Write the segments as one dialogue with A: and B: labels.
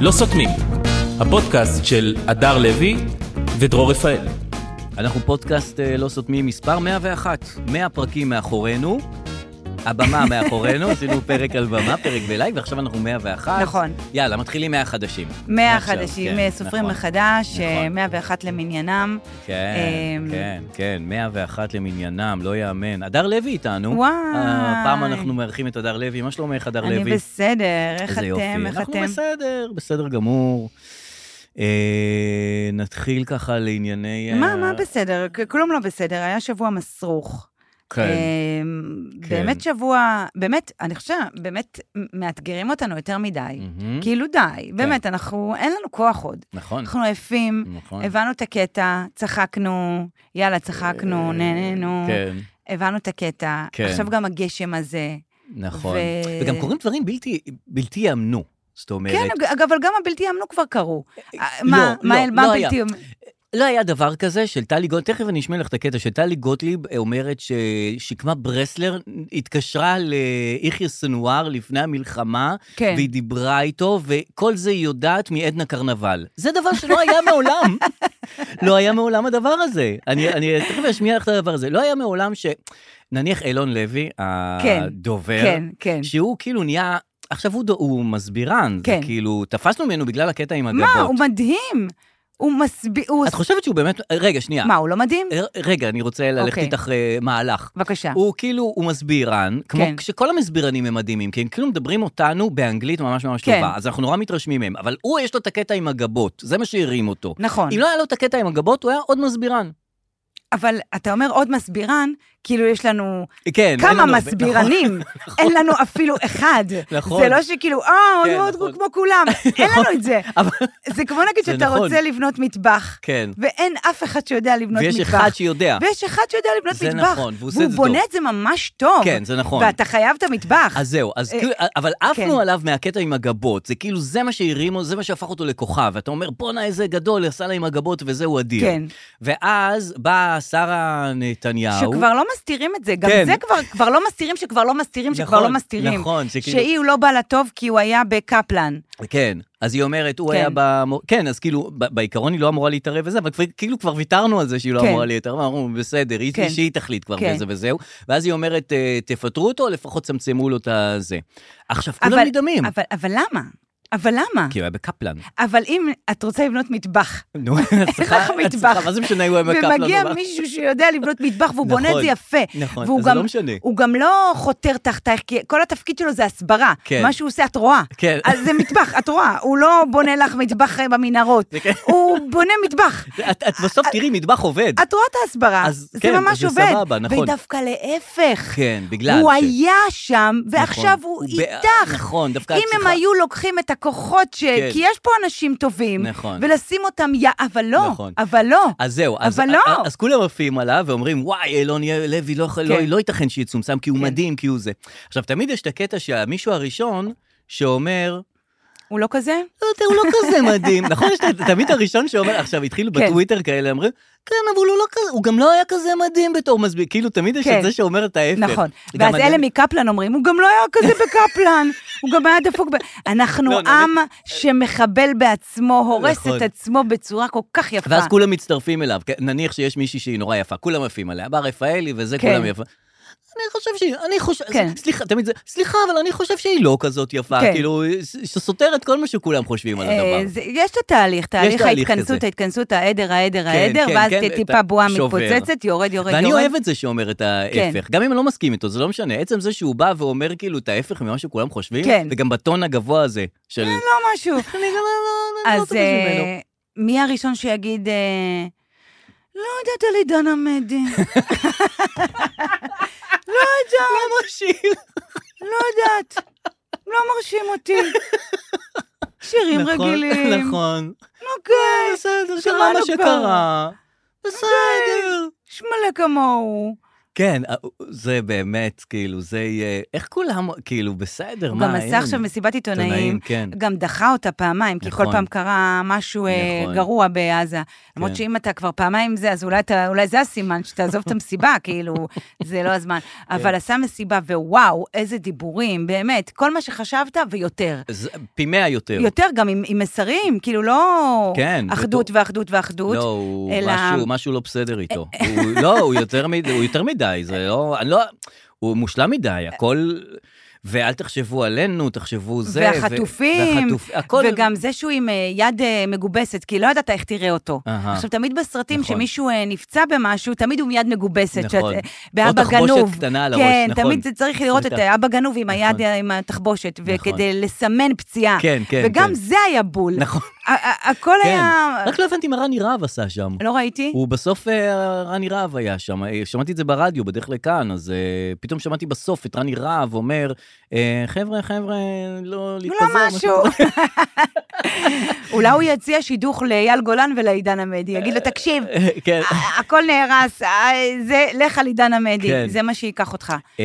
A: לא סותמים, הפודקאסט של הדר לוי ודרור רפאל.
B: אנחנו פודקאסט אה, לא סותמים מספר 101, 100 פרקים מאחורינו, הבמה מאחורינו, עשינו פרק על במה, פרק בלייב, ועכשיו אנחנו 101.
C: נכון.
B: יאללה, מתחילים 100 חדשים.
C: 100
B: עכשיו,
C: חדשים,
B: כן,
C: אה, סופרים
B: נכון.
C: מחדש, אה,
B: נכון.
C: 101 למניינם.
B: כן,
C: אמ,
B: כן, כן, 101 למניינם, לא יאמן. הדר לוי איתנו. אה,
C: וואי.
B: הפעם אנחנו מארחים את הדר לוי, מה שלומך, הדר לוי?
C: אני בסדר, איך
B: איזה
C: אתם?
B: יופי.
C: איך
B: אנחנו
C: אתם?
B: בסדר, בסדר גמור. אה, נתחיל ככה לענייני... אה,
C: מה, מה בסדר? כ- כלום לא בסדר, היה שבוע מסרוך.
B: כן,
C: אמ,
B: כן.
C: באמת שבוע, באמת, אני חושבת, באמת מאתגרים אותנו יותר מדי.
B: מהמם. כן.
C: כאילו די, באמת, אנחנו, אין לנו כוח עוד.
B: נכון,
C: אנחנו עייפים,
B: נכון.
C: הבנו את הקטע, צחקנו, יאללה, צחקנו,
B: אה,
C: נהנינו,
B: כן,
C: הבנו את הקטע.
B: כן.
C: עכשיו גם הגשם הזה.
B: נכון.
C: ו-
B: וגם קורים דברים בלתי- בלתי יאמנו. זאת אומרת,
C: כן, אג- אבל גם הבלתי יאמנו כבר קרו. אה,
B: לא,
C: מה,
B: לא,
C: מה,
B: לא
C: מה
B: היה.
C: הבלתי יאמנו?
B: לא היה דבר כזה של טלי גוטליב, תכף אני אשמיע לך את הקטע, שטלי גוטליב אה, אומרת ששקמה ברסלר התקשרה ליחיא סנוואר לפני המלחמה,
C: כן.
B: והיא דיברה איתו, וכל זה היא יודעת מעדנה קרנבל. זה דבר שלא היה מעולם. לא היה מעולם הדבר הזה. אני, אני תכף אשמיע לך את הדבר הזה. לא היה מעולם ש... נניח אילון לוי,
C: כן,
B: הדובר,
C: כן, כן.
B: שהוא כאילו נהיה... עכשיו הוא, דו- הוא מסבירן,
C: כן.
B: זה כאילו, תפסנו ממנו בגלל הקטע עם הגבות.
C: מה, הוא מדהים. הוא מסביר, הוא...
B: את חושבת שהוא באמת... רגע, שנייה.
C: מה, הוא לא מדהים?
B: ר- רגע, אני רוצה ללכת
C: אוקיי.
B: איתך אה, מהלך.
C: בבקשה.
B: הוא כאילו, הוא מסבירן, כמו
C: אה. כן.
B: שכל המסבירנים הם מדהימים, כי הם כאילו מדברים אותנו באנגלית ממש ממש
C: כן.
B: טובה, אז אנחנו נורא מתרשמים מהם, אבל הוא, יש לו את הקטע עם הגבות, זה מה שהרים אותו.
C: נכון.
B: אם לא היה לו את הקטע עם הגבות, הוא היה עוד מסבירן.
C: אבל אתה אומר עוד מסבירן, כאילו יש לנו
B: כן, אין לנו
C: כמה
B: הרבה-
C: מסבירנים, אין לנו אפילו אחד.
B: נכון.
C: זה לא שכאילו, אה,
B: כן,
C: עוד
B: נכון.
C: מאוד כמו כולם, אין לנו את זה.
B: אבל-
C: זה כמו נגיד
B: זה
C: שאתה
B: נכון.
C: רוצה לבנות מטבח,
B: כן,
C: ואין אף אחד שיודע לבנות
B: ויש
C: מטבח.
B: אחד שיודע.
C: ויש אחד שיודע לבנות
B: זה
C: מטבח.
B: נכון, והוא עושה את
C: והוא
B: זה
C: בונה
B: טוב.
C: את זה ממש טוב.
B: כן, זה נכון.
C: ואתה חייב את המטבח.
B: אז זהו, אז
C: אה,
B: כאילו, אבל עפנו
C: כן.
B: עליו מהקטע עם הגבות, זה כאילו, זה מה שהרימו, זה מה שהפך אותו לכוכב, ואתה אומר, בואנה, איזה גדול, עשה לה עם הגבות, וזה הוא אדיר.
C: כן.
B: ואז בא שרה נתניהו.
C: שכבר לא מסתירים את זה, גם
B: כן.
C: זה כבר, כבר לא מסתירים שכבר לא מסתירים שכבר
B: נכון,
C: לא מסתירים.
B: נכון, שכאילו-
C: שהיא, הוא לא בא לטוב כי הוא היה בקפלן.
B: כן, אז היא אומרת, הוא
C: כן.
B: היה במו... כן, אז כאילו, ב- בעיקרון היא לא אמורה להתערב וזה, אבל כבר- כאילו כבר ויתרנו על זה שהיא לא
C: כן.
B: אמורה להתערב, אמרנו, בסדר, היא-
C: כן.
B: שהיא תחליט כבר
C: כן.
B: וזה וזהו. ואז היא אומרת, "אה, תפטרו אותו, לפחות צמצמו לו את הזה. עכשיו,
C: אבל-
B: כולם נדהמים. כן.
C: אבל, אבל למה? אבל למה?
B: כי הוא היה בקפלן.
C: אבל אם את רוצה לבנות מטבח,
B: נו, את צריכה-
C: אנחנו
B: את
C: מטבח.
B: צריכה- מה זה משנה, הוא היה בקפלן.
C: ומגיע
B: הוא אמר-
C: מישהו שיודע לבנות מטבח והוא בונה את
B: נכון,
C: זה יפה.
B: נכון,
C: והוא
B: אז זה
C: גם-
B: לא משנה.
C: הוא גם לא חותר תחתייך, כי כל התפקיד שלו זה הסברה.
B: כן.
C: מה שהוא עושה, את רואה.
B: כן.
C: אז זה מטבח, את רואה. הוא לא בונה לך מטבח אה, במנהרות.
B: זה כן.
C: הוא בונה מטבח.
B: את את בסוף
C: אה,
B: תראי, מטבח עובד.
C: את רואה את ההסברה,
B: אז
C: זה
B: כן,
C: ממש
B: זה
C: עובד.
B: סבבה, נכון.
C: ודווקא להפך.
B: כן, בגלל
C: הוא
B: ש-
C: היה שם, ועכשיו
B: נכון,
C: הוא
B: ב-
C: איתך.
B: נכון, דווקא את
C: אם הם
B: צריכה-
C: היו לוקחים את הכוחות ש...
B: כן.
C: כי יש פה אנשים טובים,
B: נכון.
C: ולשים אותם, יא, אבל לא,
B: נכון.
C: אבל לא.
B: אז זהו, אז,
C: אבל לא.
B: אז, אז כולם עפים עליו ואומרים, וואי, אילון יה- לוי, לא, יכול- לא,
C: כן.
B: לא ייתכן שיצומצם, כי הוא
C: כן.
B: מדהים, כי הוא זה. עכשיו, תמיד יש את הקטע שהמישהו הראשון שאומר,
C: הוא לא כזה?
B: "לא יודע, הוא לא כזה מדהים. נכון, יש את- תמיד הראשון שאומר, עכשיו, התחילו
C: כן.
B: בטוויטר כאלה, אומרים, כן, אבל הוא לא כזה, הוא גם לא היה כזה מדהים בתור מסביר. כאילו, תמיד יש את
C: כן.
B: זה שאומר את ההפך.
C: נכון.
B: גם
C: ואז
B: אני-
C: אלה מקפלן אומרים, הוא גם לא היה כזה בקפלן, הוא גם היה דפוק ב... אנחנו
B: לא, נגיד-
C: עם שמחבל בעצמו, הורס
B: נכון.
C: את עצמו בצורה כל כך יפה.
B: ואז כולם מצטרפים אליו. כן, נניח שיש מישהי שהיא נורא יפה, כולם עפים עליה, בר רפאלי וזה,
C: כן.
B: כולם יפה. אני חושב שהיא, אני חושב,
C: כן.
B: סליחה, תמיד זה, סליחה, אבל אני חושב שהיא לא כזאת יפה,
C: כן.
B: כאילו, ס- סותר את כל מה שכולם חושבים על
C: אה,
B: הדבר.
C: זה- יש את התהליך, תהליך
B: תהליך
C: ההתכנסות,
B: כזה.
C: ההתכנסות, העדר, העדר,
B: כן,
C: העדר,
B: כן,
C: ואז
B: כן,
C: תהיה
B: את
C: טיפה בועה
B: השובר.
C: מתפוצצת, יורד, יורד,
B: ואני
C: יורד.
B: אוהב את זה שאומר
C: כן.
B: את ההפך, גם אם אני לא מסכים איתו, זה לא משנה. עצם זה שהוא בא ואומר כאילו את ההפך ממה שכולם חושבים,
C: כן.
B: וגם בטון הגבוה הזה של... אני
C: לא משהו.
B: גם לא- לא- לא
C: אז
B: טוב
C: אה,
B: ממנו.
C: מי הראשון שיגיד, אה, לא יודעת על עידן עמדי,
B: לא מרשים.
C: לא יודעת, לא מרשים אותי. שירים
B: נכון,
C: רגילים.
B: נכון.
C: אוקיי,
B: בסדר,
C: שמענו
B: קרה מה
C: כן. כבר.
B: שקרה. בסדר.
C: יש מלא כמוהו.
B: כן, אה, זה באמת, כאילו, זה יהיה... איך כולם, כאילו, בסדר,
C: הוא
B: מה,
C: גם
B: אין-
C: עשה עכשיו מסיבת עיתונאים,
B: עיתונאים, כן.
C: גם דחה אותה פעמיים, כי כל
B: נכון.
C: פעם קרה משהו אה,
B: נכון. כן.
C: גרוע בעזה. למרות שאם אתה כבר פעמיים זה, אז אולי אתה- אולי זה הסימן שתעזוב את המסיבה, כאילו, זה לא הזמן.
B: כן.
C: אבל עשה מסיבה, ווואו, איזה דיבורים, באמת, כל מה שחשבת ויותר.
B: זה פי מאה יותר.
C: יותר גם עם, עם מסרים, כאילו לא
B: כן,
C: אחדות
B: בטוח.
C: ואחדות ואחדות.
B: לא, הוא
C: אלא-
B: משהו, משהו לא בסדר איתו.
C: אה,
B: הוא, לא, הוא יותר, מד, הוא יותר מדי, זה לא, אני לא, הוא מושלם
C: אה.
B: מדי, הכל... ואל תחשבו עלינו, תחשבו זה. ו-
C: והחטופים,
B: והחטופ- הכל...
C: וגם זה שהוא עם אה, יד אה, מגובסת, כי לא ידעת איך תראה אותו.
B: אהה.
C: עכשיו, תמיד בסרטים
B: נכון.
C: שמישהו אה, נפצע במשהו, תמיד הוא עם יד מגובסת.
B: נכון.
C: שאת, אה,
B: או
C: באבא
B: תחבושת
C: גנוב.
B: קטנה על הראש,
C: כן,
B: נכון.
C: תמיד זה צריך לראות את
B: סליחה.
C: האבא גנוב עם היד,
B: נכון.
C: אה, עם התחבושת, וכדי
B: נכון.
C: לסמן פציעה.
B: כן, כן,
C: וגם
B: כן.
C: זה היה בול.
B: נכון,
C: ה- ה- הכל
B: כן.
C: היה...
B: רק לא הבנתי מה רני רהב עשה שם.
C: לא ראיתי?
B: הוא בסוף, אה, רני רהב היה שם, אה, שמעתי את זה ברדיו בדרך לכאן, אז אה, פתאום שמעתי בסוף את רני רהב אומר, אה, חבר'ה, חבר'ה, לא להתפזר.
C: משהו. אולי הוא יציע שידוך לאייל גולן ולעידן עמדי, יגיד לו, תקשיב,
B: כן.
C: ה- הכל נהרס, ה- זה, לך על עידן עמדי,
B: כן.
C: זה מה שייקח אותך.
B: אמ,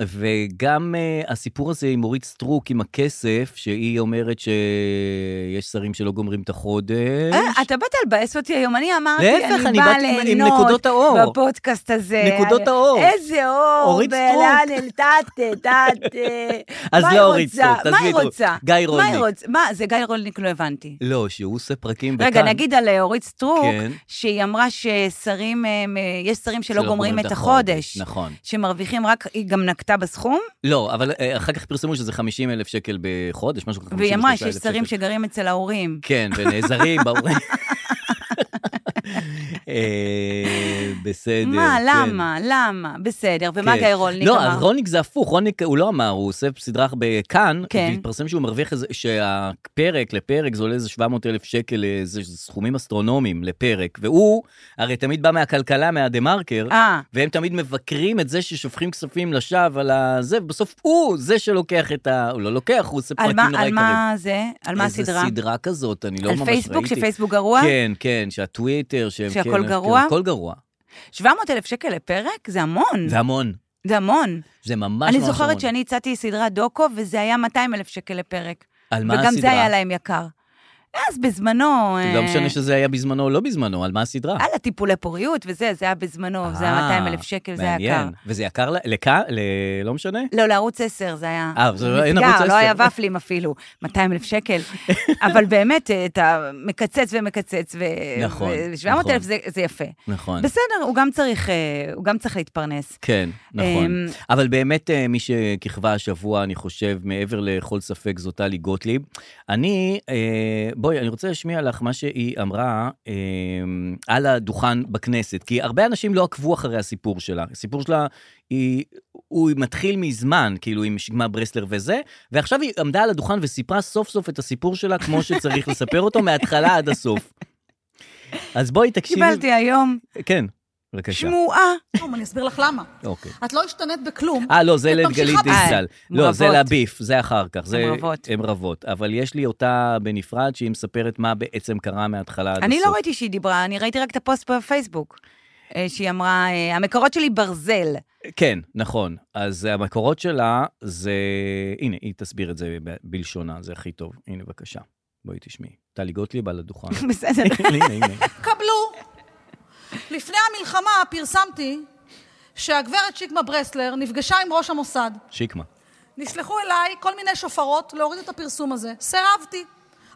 B: וגם אה, הסיפור הזה עם אורית סטרוק, עם הכסף, שהיא אומרת שיש שרים שלא גומרים את החודש.
C: אה, אתה באת לבאס אותי היום, אני אמרתי,
B: להפך,
C: אני
B: אני
C: באה
B: באתי עם- עם
C: ליהנות
B: נקודות האור.
C: בפודקאסט הזה.
B: נקודות
C: אני-
B: האור.
C: איזה אור. אה,
B: אורית סטרוק.
C: בלאנל, טאטה, טאטה.
B: אז
C: אה. מה היא
B: לא אורית
C: רוצה?
B: סטרוק,
C: מה
B: תעזבי
C: היא
B: את אורית.
C: רוצה?
B: גיא
C: מה היא
B: רולניק.
C: רוצה? מה, זה גיא רולניק לא הבנתי.
B: לא, שהוא עושה פרקים
C: רגע,
B: בכאן.
C: נגיד על אה, אורית סטרוק,
B: כן.
C: שהיא אמרה ששרים, אה, אה, יש שרים שלא גומרים את החודש.
B: נכון.
C: שמרוויחים רק, היא גם נקטה בסכום,
B: לא, אבל אה, אחר כך פרסמו שזה 50 אלף שקל בחודש, משהו כזה.
C: והיא אמרה
B: 53,000
C: שיש שרים
B: שקל.
C: שגרים אצל ההורים.
B: כן, ונעזרים, ברור. אה, בסדר.
C: מה,
B: כן.
C: למה, למה? בסדר, ומה
B: כן.
C: גיא רולניק
B: לא, אז
C: אמר?
B: רולניק זה הפוך, רולניק הוא לא אמר, הוא עושה סדרה בכאן,
C: כן.
B: והתפרסם שהוא מרוויח איזה, שהפרק לפרק זה עולה איזה 700 אלף שקל, איזה סכומים אסטרונומיים לפרק, והוא הרי תמיד בא מהכלכלה, מהדה מרקר,
C: אה,
B: והם תמיד מבקרים את זה ששופכים כספים לשווא על הזה, ובסוף הוא זה שלוקח את ה... הוא לא לוקח, הוא עושה
C: על
B: פרקים
C: מה-
B: נורא
C: על
B: יקרים.
C: מה זה? על מה הסדרה?
B: איזה סדרה כזאת, אני לא
C: על
B: ממש ראיתי.
C: פייסבוק, שפייסבוק גרוע?
B: כן, כן, שהטוויטר, שהם...
C: שהכל
B: כן,
C: גרוע?
B: הכל גרוע.
C: 700 אלף שקל לפרק? זה המון.
B: זה המון.
C: זה המון.
B: זה ממש ממש
C: אני
B: המון.
C: זוכרת שאני הצעתי סדרת דוקו, וזה היה 200 אלף שקל לפרק.
B: על מה
C: וגם זה
B: הסדרה?
C: היה להם יקר. אז בזמנו...
B: לא
C: אה,
B: משנה שזה היה בזמנו או לא בזמנו, על מה הסדרה? אה,
C: על הטיפולי פוריות וזה, זה היה בזמנו, זה היה 200 אלף שקל, זה היה יקר.
B: מעניין. וזה יקר ל- לכאן? ל- לא משנה?
C: לא, לערוץ 10 זה היה.
B: אה, זה לא- אין
C: נסגר,
B: ערוץ 10.
C: לא היה ופלים אפילו, 200 אלף שקל. אבל באמת, אה, אתה מקצץ ומקצץ, ו...
B: נכון,
C: ו-700
B: נכון.
C: אלף זה, זה יפה.
B: נכון.
C: בסדר, הוא גם צריך, אה, הוא גם צריך להתפרנס.
B: כן, נכון.
C: אמ,
B: אבל באמת, אה, מי שכיכבה השבוע, אני חושב, מעבר לכל ספק, זו טלי גוטליב. אני, אה, בואי, אני רוצה להשמיע לך מה שהיא אמרה אה, על הדוכן בכנסת, כי הרבה אנשים לא עקבו אחרי הסיפור שלה. הסיפור שלה, היא, הוא מתחיל מזמן, כאילו, עם שגמה ברסלר וזה, ועכשיו היא עמדה על הדוכן וסיפרה סוף סוף את הסיפור שלה כמו שצריך לספר אותו, מההתחלה עד הסוף. אז בואי תקשיבי.
C: קיבלתי היום
B: כן, בבקשה.
C: שמועה.
D: כלום, אני אסביר לך למה.
B: אוקיי.
D: את לא השתנית בכלום.
B: אה, לא, זה
D: את ממשיכה
B: לגלית
D: ב-
B: דיסטל.
C: אה,
B: לא,
C: מרבות.
B: זה לביף, זה אחר כך. זה-
C: הן רבות.
B: הן רבות. אבל יש לי אותה בנפרד, שהיא מספרת מה בעצם קרה מההתחלה עד הסוף.
C: אני לא ראיתי שהיא דיברה, אני ראיתי רק את הפוסט בפייסבוק. אה, שהיא אמרה, אה, המקורות שלי ברזל.
B: כן, נכון. אז המקורות שלה זה... הנה, היא תסביר את זה ב- בלשונה, זה הכי טוב. הנה, בבקשה. בואי תשמעי. טלי גוטליב על הדוכן.
C: בסדר.
B: הנה, הנה.
D: קבלו. לפני המלחמה פרסמתי שהגברת שיקמה ברסלר נפגשה עם ראש המוסד.
B: שיקמה.
D: נשלחו אליי כל מיני שופרות להוריד את הפרסום הזה. סירבתי.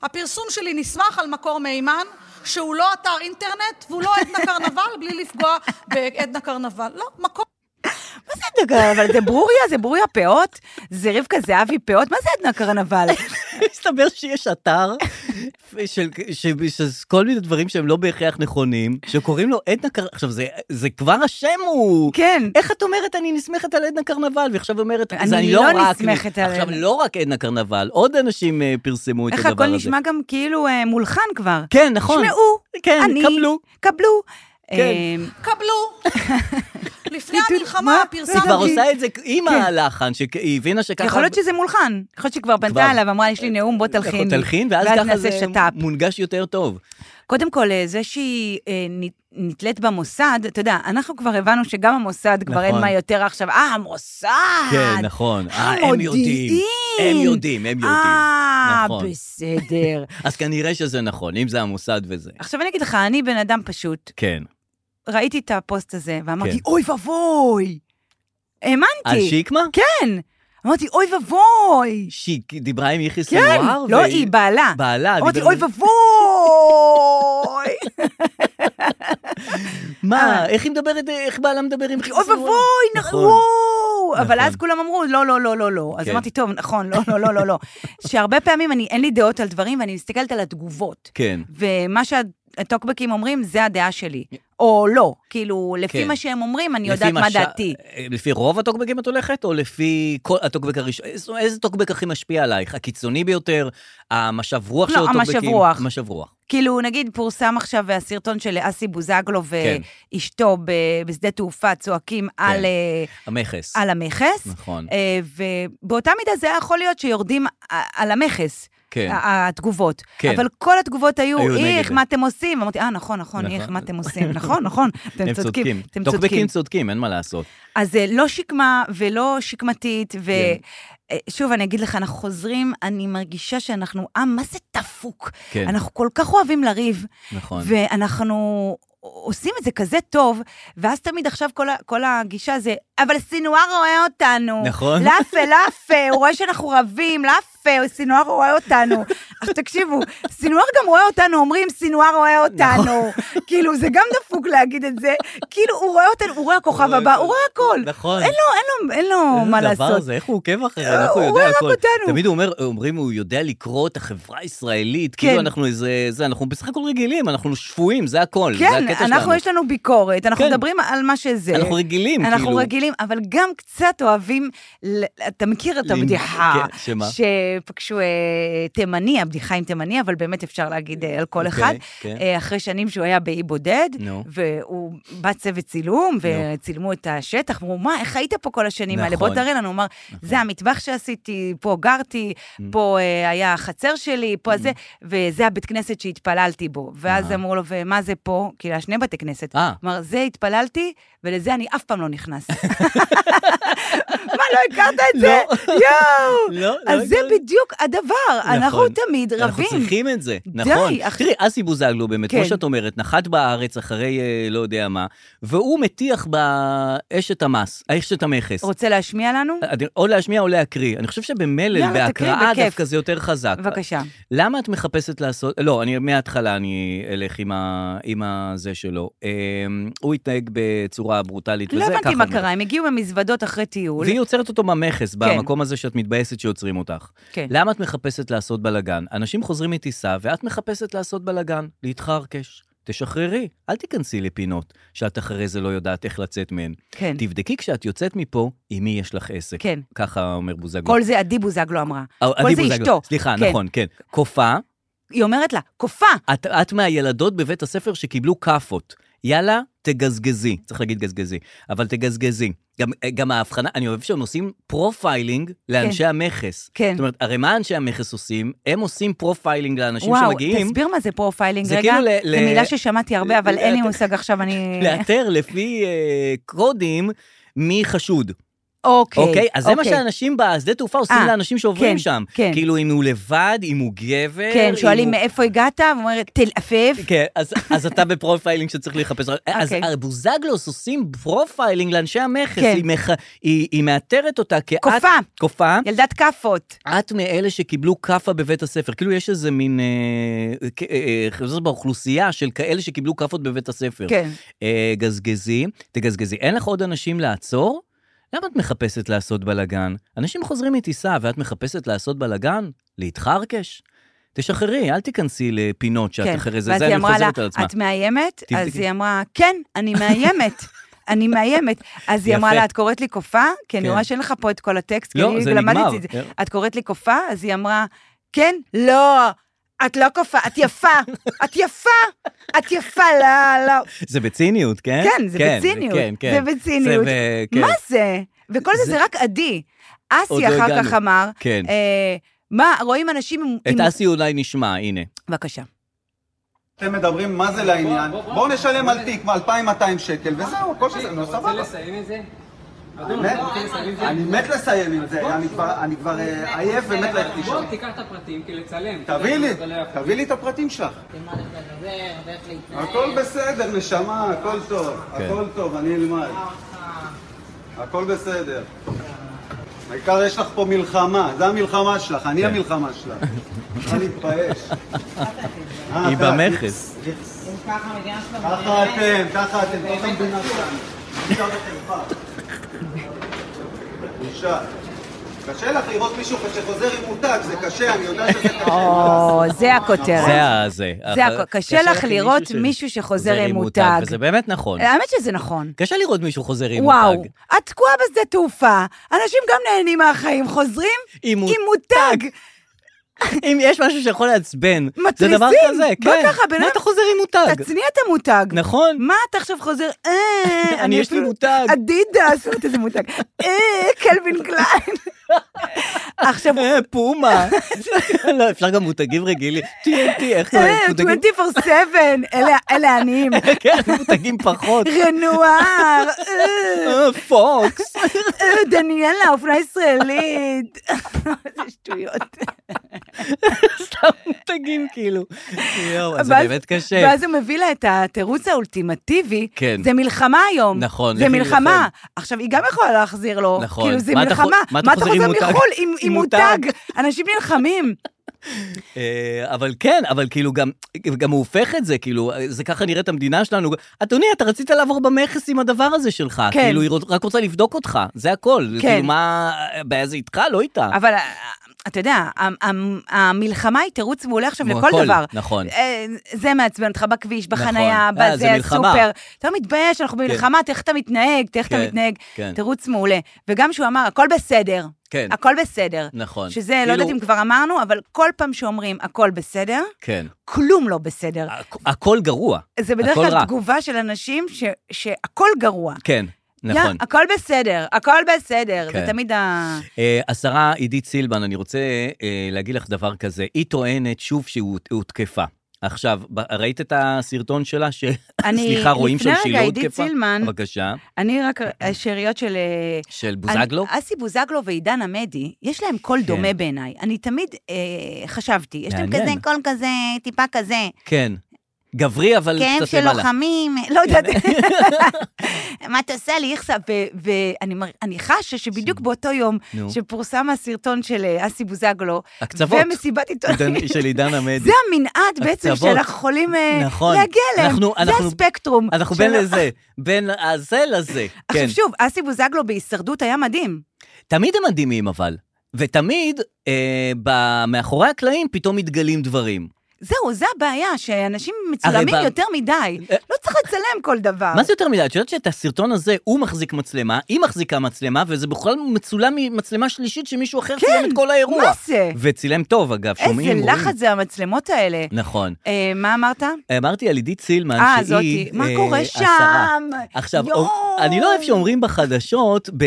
D: הפרסום שלי נסמך על מקור מהימן, שהוא לא אתר אינטרנט והוא לא עדנה קרנבל, בלי לפגוע בעדנה קרנבל. לא, מקור...
C: מה זה עדנה קרנבל? אבל זה ברוריה? זה ברוריה פאות? זה רבקה זהבי פאות? מה זה עדנה קרנבל?
B: מסתבר שיש אתר של, של, של כל מיני דברים שהם לא בהכרח נכונים, שקוראים לו עדנה קרנבל. עכשיו, זה, זה כבר השם הוא...
C: כן.
B: איך את אומרת, אני נסמכת על עדנה קרנבל, ועכשיו אומרת,
C: אני
B: זה
C: לא
B: רק-
C: נסמכת על
B: עכשיו,
C: עדנה.
B: לא רק עדנה קרנבל, עוד אנשים אה, פרסמו את
C: איך
B: הדבר הזה.
C: הכל נשמע גם כאילו אה, מולחן כבר.
B: כן, נכון.
C: שמעו,
B: כן,
C: אני,
B: קבלו.
C: קבלו.
B: כן.
C: אה,
D: קבלו. לפני לפני
E: ניתוק-
D: המלחמה
E: מה?
B: היא
D: פרסמתי...
B: כבר עושה את זה עם הלחן, שהיא הבינה שככה...
C: כן. יכול להיות שזה מולחן. יכול להיות שהיא כבר
B: כבר.
C: פנתה אליו, אמרה, יש לי נאום, בוא תלחין. לי."
B: תלחין, ואז ככה זה
C: נעשה שת"פ.
B: מונגש יותר טוב.
C: קודם כל, אה, זה שהיא אה, נ- נתלית במוסד, אתה יודע, אנחנו כבר הבנו שגם המוסד, כבר אין
B: נכון.
C: מה יותר עכשיו, אה, המוסד!
B: כן, נכון. אה, הם יודעים.
C: המודיעין!
B: הם יודעים, הם יודעים.
C: אה,
B: נכון.
C: בסדר.
B: אז כנראה שזה נכון, אם זה המוסד וזה.
C: עכשיו אני אגיד לך, אני בן אדם פשוט,
B: כן.
C: ראיתי את הפוסט הזה, ואמרתי,
B: כן.
C: אוי ואבוי!
B: על
C: האמנתי.
B: שיקמה?
C: כן! אמרתי, אוי ואבוי!
B: שהיא דיברה עם יחיא
C: כן,
B: סנואר?
C: לא
B: והיא-
C: היא, בעלה.
B: בעלה.
C: אמרתי,
B: דיבר-
C: אוי ואבוי!
B: מה, איך היא מדברת, איך בעלה מדבר עם יחיא
C: אה. אוי
B: סנואר?
C: ואבוי,
B: נכון.
C: נכון. וואו! אבל
B: נכון.
C: אז כולם אמרו, לא, לא, לא, לא, לא. אז
B: כן.
C: אמרתי, טוב, נכון, לא, לא, לא, לא, לא. שהרבה פעמים אני, אין לי דעות על דברים, ואני מסתכלת על התגובות.
B: כן.
C: ומה שהטוקבקים אומרים, זה הדעה שלי. או לא. כאילו, לפי
B: כן.
C: מה שהם אומרים, אני
B: לפי
C: יודעת
B: מה
C: מה
B: ש-
C: דעתי.
B: לפי רוב הטוקבקים את הולכת, או לפי כל הטוקבק הראשון? איזה- איזה טוקבק הכי משפיע עלייך? הקיצוני ביותר? המשב רוח
C: לא,
B: של הטוקבקים?
C: המשב רוח.
B: המשב רוח.
C: כאילו, נגיד, פורסם עכשיו הסרטון של אסי בוזגלו
B: כן.
C: ואשתו ב- בשדה תעופה צועקים על, אה,
B: המכס.
C: על המכס.
B: נכון.
C: אה, ובאותה מידה זה היה יכול להיות שיורדים אה, על המכס.
B: כן.
C: ה- התגובות.
B: כן.
C: אבל כל התגובות היו,
B: היו נגד
C: איך,
B: זה."
C: מה אתם עושים? אמרתי, אה, נכון, נכון,
B: נכון.
C: איך, מה אתם עושים? נכון, נכון, אתם
B: הם
C: צודקים. אתם צודקים.
B: טוקבקים צודקים, אין מה לעשות.
C: אז אה, לא שקמה ולא שקמתית,
B: כן.
C: ושוב, אני אגיד לך, אנחנו חוזרים, אני מרגישה שאנחנו עם, מה זה דפוק?
B: כן.
C: אנחנו כל כך אוהבים לריב,
B: נכון.
C: ואנחנו עושים את זה כזה טוב, ואז תמיד עכשיו כל, ה, כל הגישה זה, אבל סינואר רואה אותנו.
B: נכון.
C: לאפה, לאפה, הוא רואה שאנחנו רבים, לאפה, סינואר רואה אותנו. אז תקשיבו, סינואר גם רואה אותנו, אומרים סינואר רואה אותנו.
B: נכון.
C: כאילו, זה גם דפוק להגיד את זה. כאילו, הוא רואה אותנו, הוא רואה הכוכב הבא, הוא רואה הכל.
B: נכון.
C: אין לו, אין לו, אין לו
B: איזה
C: מה
B: דבר
C: לעשות. אה,
B: זה, איך הוא עוקב אחרינו, איך הוא
C: הוא
B: יודע
C: רואה רק
B: הכל.
C: אותנו.
B: תמיד הוא אומר, אומרים, הוא יודע לקרוא את החברה הישראלית,
C: כן.
B: כאילו אנחנו איזה, זה, אנחנו בסך הכל רגילים, אנחנו שפויים, זה הכל, זה
C: כן,
B: הקטע שלנו.
C: אנחנו, יש לנו ביקורת, אנחנו
B: כן.
C: מדברים על מה שזה.
B: אנחנו רגילים,
C: אנחנו
B: כאילו.
C: רגילים, אבל גם קצת אוהבים, ל- אתה מכיר את
B: למ-
C: הבדיחה,
B: כן, שמה?
C: שפגשו אה, תימני, הבדיחה עם תימני, אבל באמת אפשר להגיד אה, על כל
B: אוקיי,
C: אחד,
B: כן.
C: אה, אחרי שנים שהוא היה באי בודד,
B: נו.
C: והוא בא צוות צילום, וצילמו את השטח, אמרו, מה, איך היית פה כל השנים האלה? בוא
B: נכון. Mm.
C: תראה לנו, הוא אמר, זה המטבח שעשיתי, פה גרתי, פה אה, היה החצר שלי, פה זה, וזה הבית כנסת שהתפללתי בו. ואז אמרו לו, ומה זה פה? כאילו, היה שני בתי כנסת.
B: אה.
C: אמר, זה התפללתי, ולזה אני אף פעם לא נכנס. מה, לא הכרת את זה?
B: לא.
C: יואו!
B: לא, לא
C: אז זה
B: הכרתי.
C: בדיוק הדבר, אנחנו
B: נכון.
C: תמיד
B: אנחנו
C: רבים.
B: צריכים את זה,
C: די,
B: נכון.
C: אח-
B: תראי, אסי בוזגלו באמת, כמו
C: כן.
B: שאת אומרת, נחת בארץ אחרי אה, לא יודע מה, והוא מטיח באשת המס, אשת המכס.
C: רוצה להשמיע לנו?
B: או להשמיע או להקריא. אני חושב שבמלל,
C: יאללה, תקריא,
B: בהקראה
C: בכיף.
B: דווקא זה יותר חזק.
C: בבקשה.
B: למה את מחפשת לעשות... לא, אני מההתחלה אני אלך עם, ה... עם הזה שלו. אמ, הוא התנהג בצורה ברוטלית
C: לא
B: וזה,
C: הבנתי
B: ככה
C: מה
B: אני-
C: קרה, הם הגיעו במזוודות אחרי טיול.
B: והיא עוצרת אותו במכס, במקום הזה שאת מתבאסת שעוצרים אותך.
C: כן.
B: למה את מחפשת לעשות בלאגן? אנשים חוזרים מטיסה, ואת מחפשת לעשות בלאגן, להתחרקש. תשחררי, אל תיכנסי לפינות שאת אחרי זה לא יודעת איך לצאת מהן.
C: כן.
B: תבדקי כשאת יוצאת מפה, עם מי יש לך עסק.
C: כן.
B: ככה אומר בוזגלו.
C: כל זה עדי בוזגלו אמרה.
B: אה,
C: כל
B: עדי
C: זה
B: בוזגלו.
C: אשתו.
B: סליחה,
C: כן.
B: נכון, כן. קופה,
C: היא אומרת לה, קופה!
B: את, את מהילדות בבית הספר שקיבלו כאפות. יאללה, תגזגזי. צריך להגיד גזגזי, אבל תגזגזי. גם, אה, גם ההבחנה, אני אוהב שהם עושים פרופיילינג לאנשי המכס.
C: כן.
B: זאת אומרת, הרי מה אנשי המכס עושים? הם עושים פרופיילינג לאנשים
C: וואו,
B: שמגיעים.
C: תסביר מה זה פרופיילינג
B: זה
C: רגע.
B: כאילו ל-
C: זו
B: ל-
C: מילה ששמעתי הרבה, אבל
B: ל-
C: אין לי
B: ל-
C: מושג עכשיו, אני...
B: לאתר לפי אה, קודים מי חשוד.
C: אוקיי.
B: אוקיי? אז זה מה
C: אוקיי.
B: שאנשים בשדה תעופה עושים
C: אה,
B: לאנשים שעוברים
C: כן,
B: שם.
C: כן.
B: כאילו, אם הוא לבד, אם הוא גבר.
C: כן,
B: אם
C: שואלים
B: הוא-
C: מאיפה הגעת, ואומרת, תל אביב.
B: כן, אז, אז אתה בפרופיילינג שצריך לחפש. אז
C: אוקיי.
B: בוזגלוס עושים פרופיילינג לאנשי המכס,
C: כן.
B: היא, מח... היא, היא מאתרת אותה כאת...
C: קופה.
B: קופה.
C: ילדת כאפות.
B: את מאלה שקיבלו כאפה בבית הספר, כאילו יש איזה מין, אה, כ- אה, אה, זה באוכלוסייה של כאלה שקיבלו כאפות בבית הספר.
C: כן.
B: אה, גזגזי, תגזגזי. אין לך עוד אנשים לעצור? למה את מחפשת לעשות בלאגן? אנשים חוזרים מטיסה ואת מחפשת לעשות בלאגן? להתחרקש? תשחררי, אל תיכנסי לפינות שאת
C: כן.
B: אחרי זה,
C: ואז
B: זה
C: היא
B: אני
C: אמרה לה,
B: חוזרת על עצמה.
C: את מאיימת? אז
B: תבדקי.
C: היא אמרה, כן, אני מאיימת. אני מאיימת. אז היא
B: יפה.
C: אמרה לה, את קוראת לי קופה? כי אני
B: כן.
C: רואה שאין לך פה את כל הטקסט, כי
B: לא,
C: אני
B: זה
C: למדתי
B: נגמר.
C: את זה. את קוראת לי קופה? אז היא אמרה, כן, לא. את לא כופה, את יפה, את יפה, את יפה, לא, לא.
B: זה בציניות, כן?
C: כן, זה בציניות,
B: כן, כן.
C: זה בציניות.
B: זה ב- כן.
C: מה זה? וכל זה זה רק עדי.
B: עוד
C: אסי
B: לא
C: אחר
B: הגענו.
C: כך אמר,
B: כן.
C: אה, מה, רואים אנשים עם-
B: את
C: עם...
B: אסי אולי נשמע, הנה.
C: בבקשה.
E: אתם מדברים מה זה לעניין, בואו נשלם על תיק 2,200 שקל וזהו, כל שזה, נו סבבה. מת- אני מת לסיים עם זה, אני כבר- אני כבר אה, עייף ומת ללכת לישון.
F: לא, תיקח את הפרטים, כי לצלם.
E: תביא לי, תביא לי את הפרטים שלך. הכל בסדר, נשמה, הכל טוב, הכל טוב, אני אלמד. הכל בסדר. העיקר יש לך פה מלחמה, זה המלחמה שלך, אני המלחמה שלך. צריכה להתבייש. אה,
B: היא
E: אתה,
B: במכס.
E: איכס, איכס. ככה אתם, ככה אתם, זאת המדינה שלנו. בושה וחרפה. בושה. קשה לך לראות מישהו שחוזר עם מותג, זה קשה, אני יודע שזה קשה.
C: או, זה
B: זה
C: הכותרת.
B: הזה.
C: זה הכל. קשה לך לראות מישהו שחוזר עם מותג.
B: וזה באמת נכון.
C: האמת שזה נכון.
B: קשה לראות מישהו חוזר עם
C: וואו,
B: מותג.
C: את תקועה בשדה תעופה, אנשים גם נהנים מהחיים, חוזרים
B: עם
C: עם מותג.
B: אם יש משהו שיכול לעצבן, זה
C: מתריסים.
B: דבר כזה, כן.
C: מה ככה, בן
B: מה
C: אדם-
B: אתה חוזר עם מותג?
C: תצניע את המותג.
B: נכון.
C: מה אתה עכשיו חוזר, אה,
B: אני, יש לי
C: אפילו-
B: מותג.
C: אדידס, זאת אומרת, איזה מותג, אה, קלווין קליין. עכשיו,
B: אה, פומה. לא, אפשר גם מותגים רגילים. TNT, איך קוראים?
C: אה,
B: מותגים-
C: 24/7, אלה- אלה העניים.
B: כן, מותגים פחות.
C: רנואר, אה,
B: אה, פוקס.
C: אה, דניאלה, אופנה ישראלית. איזה שטויות.
B: סתם מותגים, כאילו. יואו, אז זה
C: ואז-
B: באמת קשה.
C: ואז הוא מביא לה את התירוץ האולטימטיבי,
B: כן.
C: זה מלחמה היום.
B: נכון,
C: זה
B: לכי
C: מלחמה.
B: להילחם.
C: עכשיו, היא גם יכולה להחזיר לו.
B: נכון.
C: כאילו, זה
B: מה אתה חו-
C: מלחמה.
B: מה אתה חוזר עם מותג?
C: מחו"ל עם-
B: עם
C: עם
B: מותג.
C: מותג? אנשים נלחמים.
B: אה, אבל כן, אבל כאילו גם, גם הוא הופך את זה, כאילו, אה, זה ככה נראית המדינה שלנו. אדוני, אתה רצית לעבור במכס עם הדבר הזה שלך.
C: כן.
B: כאילו, היא רוצ- רק רוצה לבדוק אותך, זה הכל.
C: כן.
B: כאילו, מה, הבעיה זה איתך, לא איתה.
C: אבל אה, אתה יודע, ה- ה- המלחמה היא תירוץ מעולה עכשיו
B: כמו
C: לכל
B: הכל,
C: דבר.
B: נכון.
C: אה, זה מעצבן אותך בכביש,
B: נכון.
C: בחנייה,
B: אה, זה
C: בזה,
B: מלחמה.
C: הסופר. אתה לא מתבייש, אנחנו במלחמה, תראה איך אתה מתנהג, תראה איך אתה
B: כן,
C: מתנהג.
B: כן.
C: תירוץ מעולה. וגם שהוא אמר, הכל בסדר.
B: כן.
C: הכל בסדר.
B: נכון.
C: שזה, לא
B: כאילו-
C: יודעת אם כבר אמרנו, אבל כל פעם שאומרים, הכל בסדר,
B: כן.
C: כלום לא בסדר.
B: הכ- הכל גרוע.
C: זה בדרך
B: אה, הכל
C: כלל
B: רע.
C: תגובה של אנשים ש- שהכל גרוע.
B: כן, נכון.
C: יא, הכל בסדר, הכל בסדר. זה
B: כן.
C: תמיד ה...
B: אה, השרה עידית סילבן, אני רוצה אה, להגיד לך דבר כזה. היא טוענת שוב שהיא הות- הותקפה. עכשיו, ב- ראית את הסרטון שלה? ש...
C: אני-
B: סליחה, רואים שם
C: לפני
B: שהיא
C: רגע,
B: לא
C: עידית
B: הותקפה?
C: סילמן-
B: בבקשה.
C: אני רק,
B: אה.
C: השאריות של... אה,
B: של בוזגלו? כן.
C: אני- אסי בוזגלו ועידן עמדי, יש להם קול דומה בעיניי. אני תמיד אה, חשבתי, יש להם כזה
B: מעניין.
C: קול כזה, טיפה כזה,
B: כן. גברי, אבל
C: כאב
B: קצת
C: כן, של
B: למעלה. כן.
C: לוחמים, לא יודעת. מה אתה עושה לי, איכסה? ואני מר- אני חשה שבדיוק באותו יום
B: נו.
C: שפורסם הסרטון של אה, אסי בוזגלו,
B: הקצוות.
C: ומסיבת עיתונאים,
B: של עידן עמדי.
C: זה המנעד בעצם
B: הקצוות.
C: שאנחנו יכולים אה,
B: נכון.
C: להגיע אליהם,
B: אנחנו-
C: זה
B: אנחנו-
C: הספקטרום.
B: אנחנו
C: של
B: בין
C: ה-
B: לזה, בין הזה לזה. כן.
C: עכשיו שוב, אסי בוזגלו בהישרדות היה מדהים.
B: תמיד הם מדהימים אבל, ותמיד אה, ב- מאחורי הקלעים פתאום מתגלים דברים.
C: זהו, זה הבעיה, שאנשים מצולמים
B: הרי ב-
C: יותר מדי.
B: אה.
C: לא צריך לצלם כל דבר.
B: מה זה יותר מדי? את יודעת שאת הסרטון הזה, הוא מחזיק מצלמה, היא מחזיקה מצלמה, וזה בכלל מצולם ממצלמה שלישית שמישהו אחר צילם את כל האירוע.
C: כן, מה זה?
B: וצילם טוב, אגב, שומעים,
C: איזה
B: רואים.
C: לחץ זה המצלמות האלה.
B: נכון.
C: אה, מה אמרת?
B: אמרתי על עידית סילמן,
C: אה,
B: שהיא...
C: זאתי. מה
B: אה,
C: קורה
B: השרה.
C: שם?
B: עכשיו,
C: יואו.
B: אני לא אוהב שאומרים בחדשות, ב...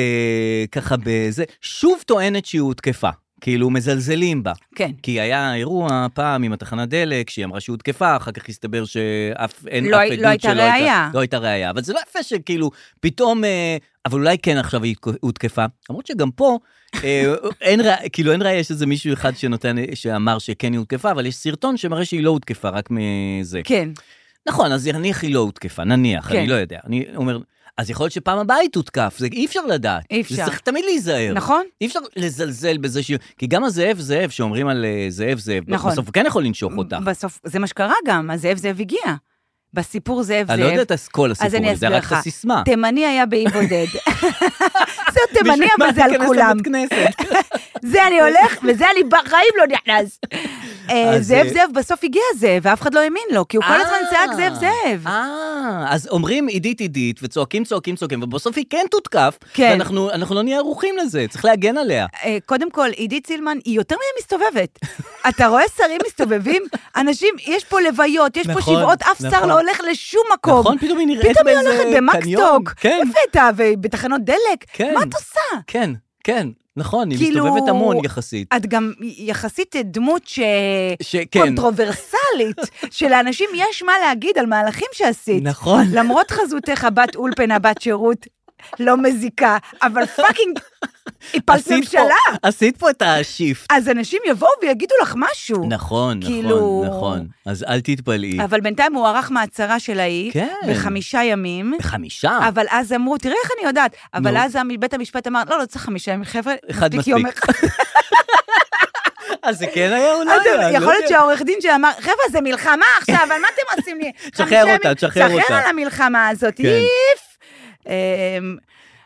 B: ככה בזה, שוב טוענת שהיא הותקפה. כאילו, מזלזלים בה.
C: כן.
B: כי היה אירוע פעם עם התחנת דלק, שהיא אמרה שהותקפה, אחר כך הסתבר שאף אין
C: לא
B: אף
C: הי-
B: עדות
C: לא הייתה
B: שלא
C: ראייה.
B: לא הייתה ראייה. אבל זה לא יפה שכאילו, פתאום... אה, אבל אולי כן עכשיו היא הותקפה. למרות שגם פה, אה, אין ראייה, כאילו אין ראייה, יש איזה מישהו אחד שנותן, שאמר שכן היא הותקפה, אבל יש סרטון שמראה שהיא לא הותקפה, רק מזה.
C: כן.
B: נכון, אז נניח היא לא הותקפה, נניח,
C: כן.
B: אני לא יודע. אני אומר, אז יכול להיות שפעם הבאה היא תותקף, זה אי אפשר לדעת.
C: אי אפשר.
B: זה צריך תמיד להיזהר.
C: נכון.
B: אי אפשר לזלזל בזה ש... כי גם הזאב זאב, שאומרים על אה, זאב זאב,
C: נכון.
B: בסוף הוא כן יכול לנשוך אותך.
C: בסוף, זה מה שקרה גם, הזאב זאב הגיע. בסיפור זאב זאב.
B: אני לא יודע את הס- כל
C: אז
B: הסיפור
C: אני
B: הזה, זה
C: אסביר
B: רק
C: לך.
B: את הסיסמה.
C: תימני היה באי בודד. זה תימני,
B: בשביל
C: אבל
B: מה
C: זה על
B: להיכנס
C: כולם.
B: לבית כנסת?
C: זה אני הולך, וזה אני בחיים לא נכנס. אה,
B: אז,
C: זאב
B: אה,
C: זאב, בסוף הגיע זאב, ואף אחד לא האמין לו, כי הוא כל הזמן
B: אה,
C: צעק זאב זאב.
B: אה, אז אומרים עידית עידית, וצועקים צועקים צועקים, ובסוף היא כן תותקף,
C: כן.
B: ואנחנו אנחנו לא נהיה ערוכים לזה, צריך להגן עליה.
C: אה, קודם כל, עידית סילמן היא יותר מדי מסתובבת. אתה רואה שרים מסתובבים? אנשים, יש פה לוויות, יש פה
B: נכון,
C: שבעות, אף שר
B: נכון.
C: לא הולך לשום מקום.
B: נכון, פתאום היא נראית
C: פתאום היא
B: באיזה
C: הולכת
B: קניון,
C: במקסטוק.
B: כן.
C: איפה הייתה? ובתחנות דלק?
B: כן.
C: מה את עושה?
B: כן, כן, נכון, היא
C: כאילו-
B: מסתובבת המון יחסית.
C: את גם יחסית דמות ש...
B: שכן.
C: קונטרוברסלית, שלאנשים יש מה להגיד על מהלכים שעשית.
B: נכון.
C: למרות חזותך בת אולפנה, בת שירות, לא מזיקה, אבל פאקינג הפלת
B: עשית פה-
C: ממשלה.
B: עשית פה את השיפט.
C: אז אנשים יבואו ויגידו לך משהו.
B: נכון,
C: כאילו-
B: נכון, נכון. אז אל תתפלאי.
C: אבל בינתיים הוא ערך מעצרה של ההיא,
B: כן.
C: בחמישה ימים.
B: חמישה?
C: אבל אז אמרו, תראי איך אני יודעת. אבל
B: נו.
C: אז המ- בית המשפט אמר, לא, לא צריך חמישה ימים, חבר'ה,
B: אחד
C: יום
B: מספיק."
C: אחד.
B: אז זה כן היה אולי.
C: אז
B: אני לא
C: יכול להיות
B: יודע.
C: שהעורך דין שאמר, חבר'ה, זה מלחמה עכשיו, על מה אתם עושים לי?
B: תשחרר
C: חמישה ימים,
B: אותה, תשחרר אותה."
C: על המלחמה הזאת,
B: כן.
C: איף. אמ,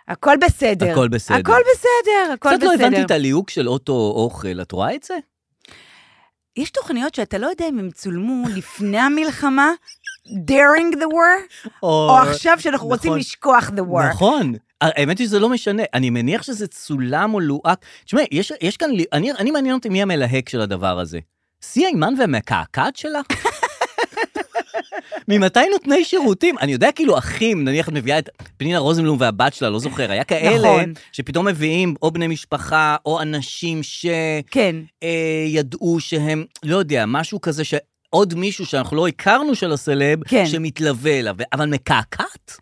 C: הכל בסדר.
B: הכל בסדר.
C: הכל בסדר, הכל
B: קצת
C: בסדר.
B: לא הבנתי את הליהוק של אוטו אוכל, את רואה את זה?
C: יש תוכניות שאתה לא יודע אם הם צולמו לפני המלחמה, during the war, או עכשיו שאנחנו רוצים
B: נכון.
C: לשכוח the war.
B: נכון. האמת היא שזה לא משנה, אני מניח שזה צולם או לואק. תשמע, יש, יש כאן, לי- אני, אני מעניין אותי מי המלהק של הדבר הזה. סי הימן והמקעקעת שלה? ממתי נותני שירותים? אני יודע כאילו אחים, נניח את מביאה את פנינה רוזנבלום והבת שלה, לא זוכר, היה כאלה
C: נכון.
B: שפתאום מביאים או בני משפחה או אנשים
C: כן.
B: שידעו שהם, לא יודע, משהו כזה ש... עוד מישהו שאנחנו לא הכרנו של הסלב,
C: כן.
B: שמתלווה אליו, ו- אבל מקעקעת?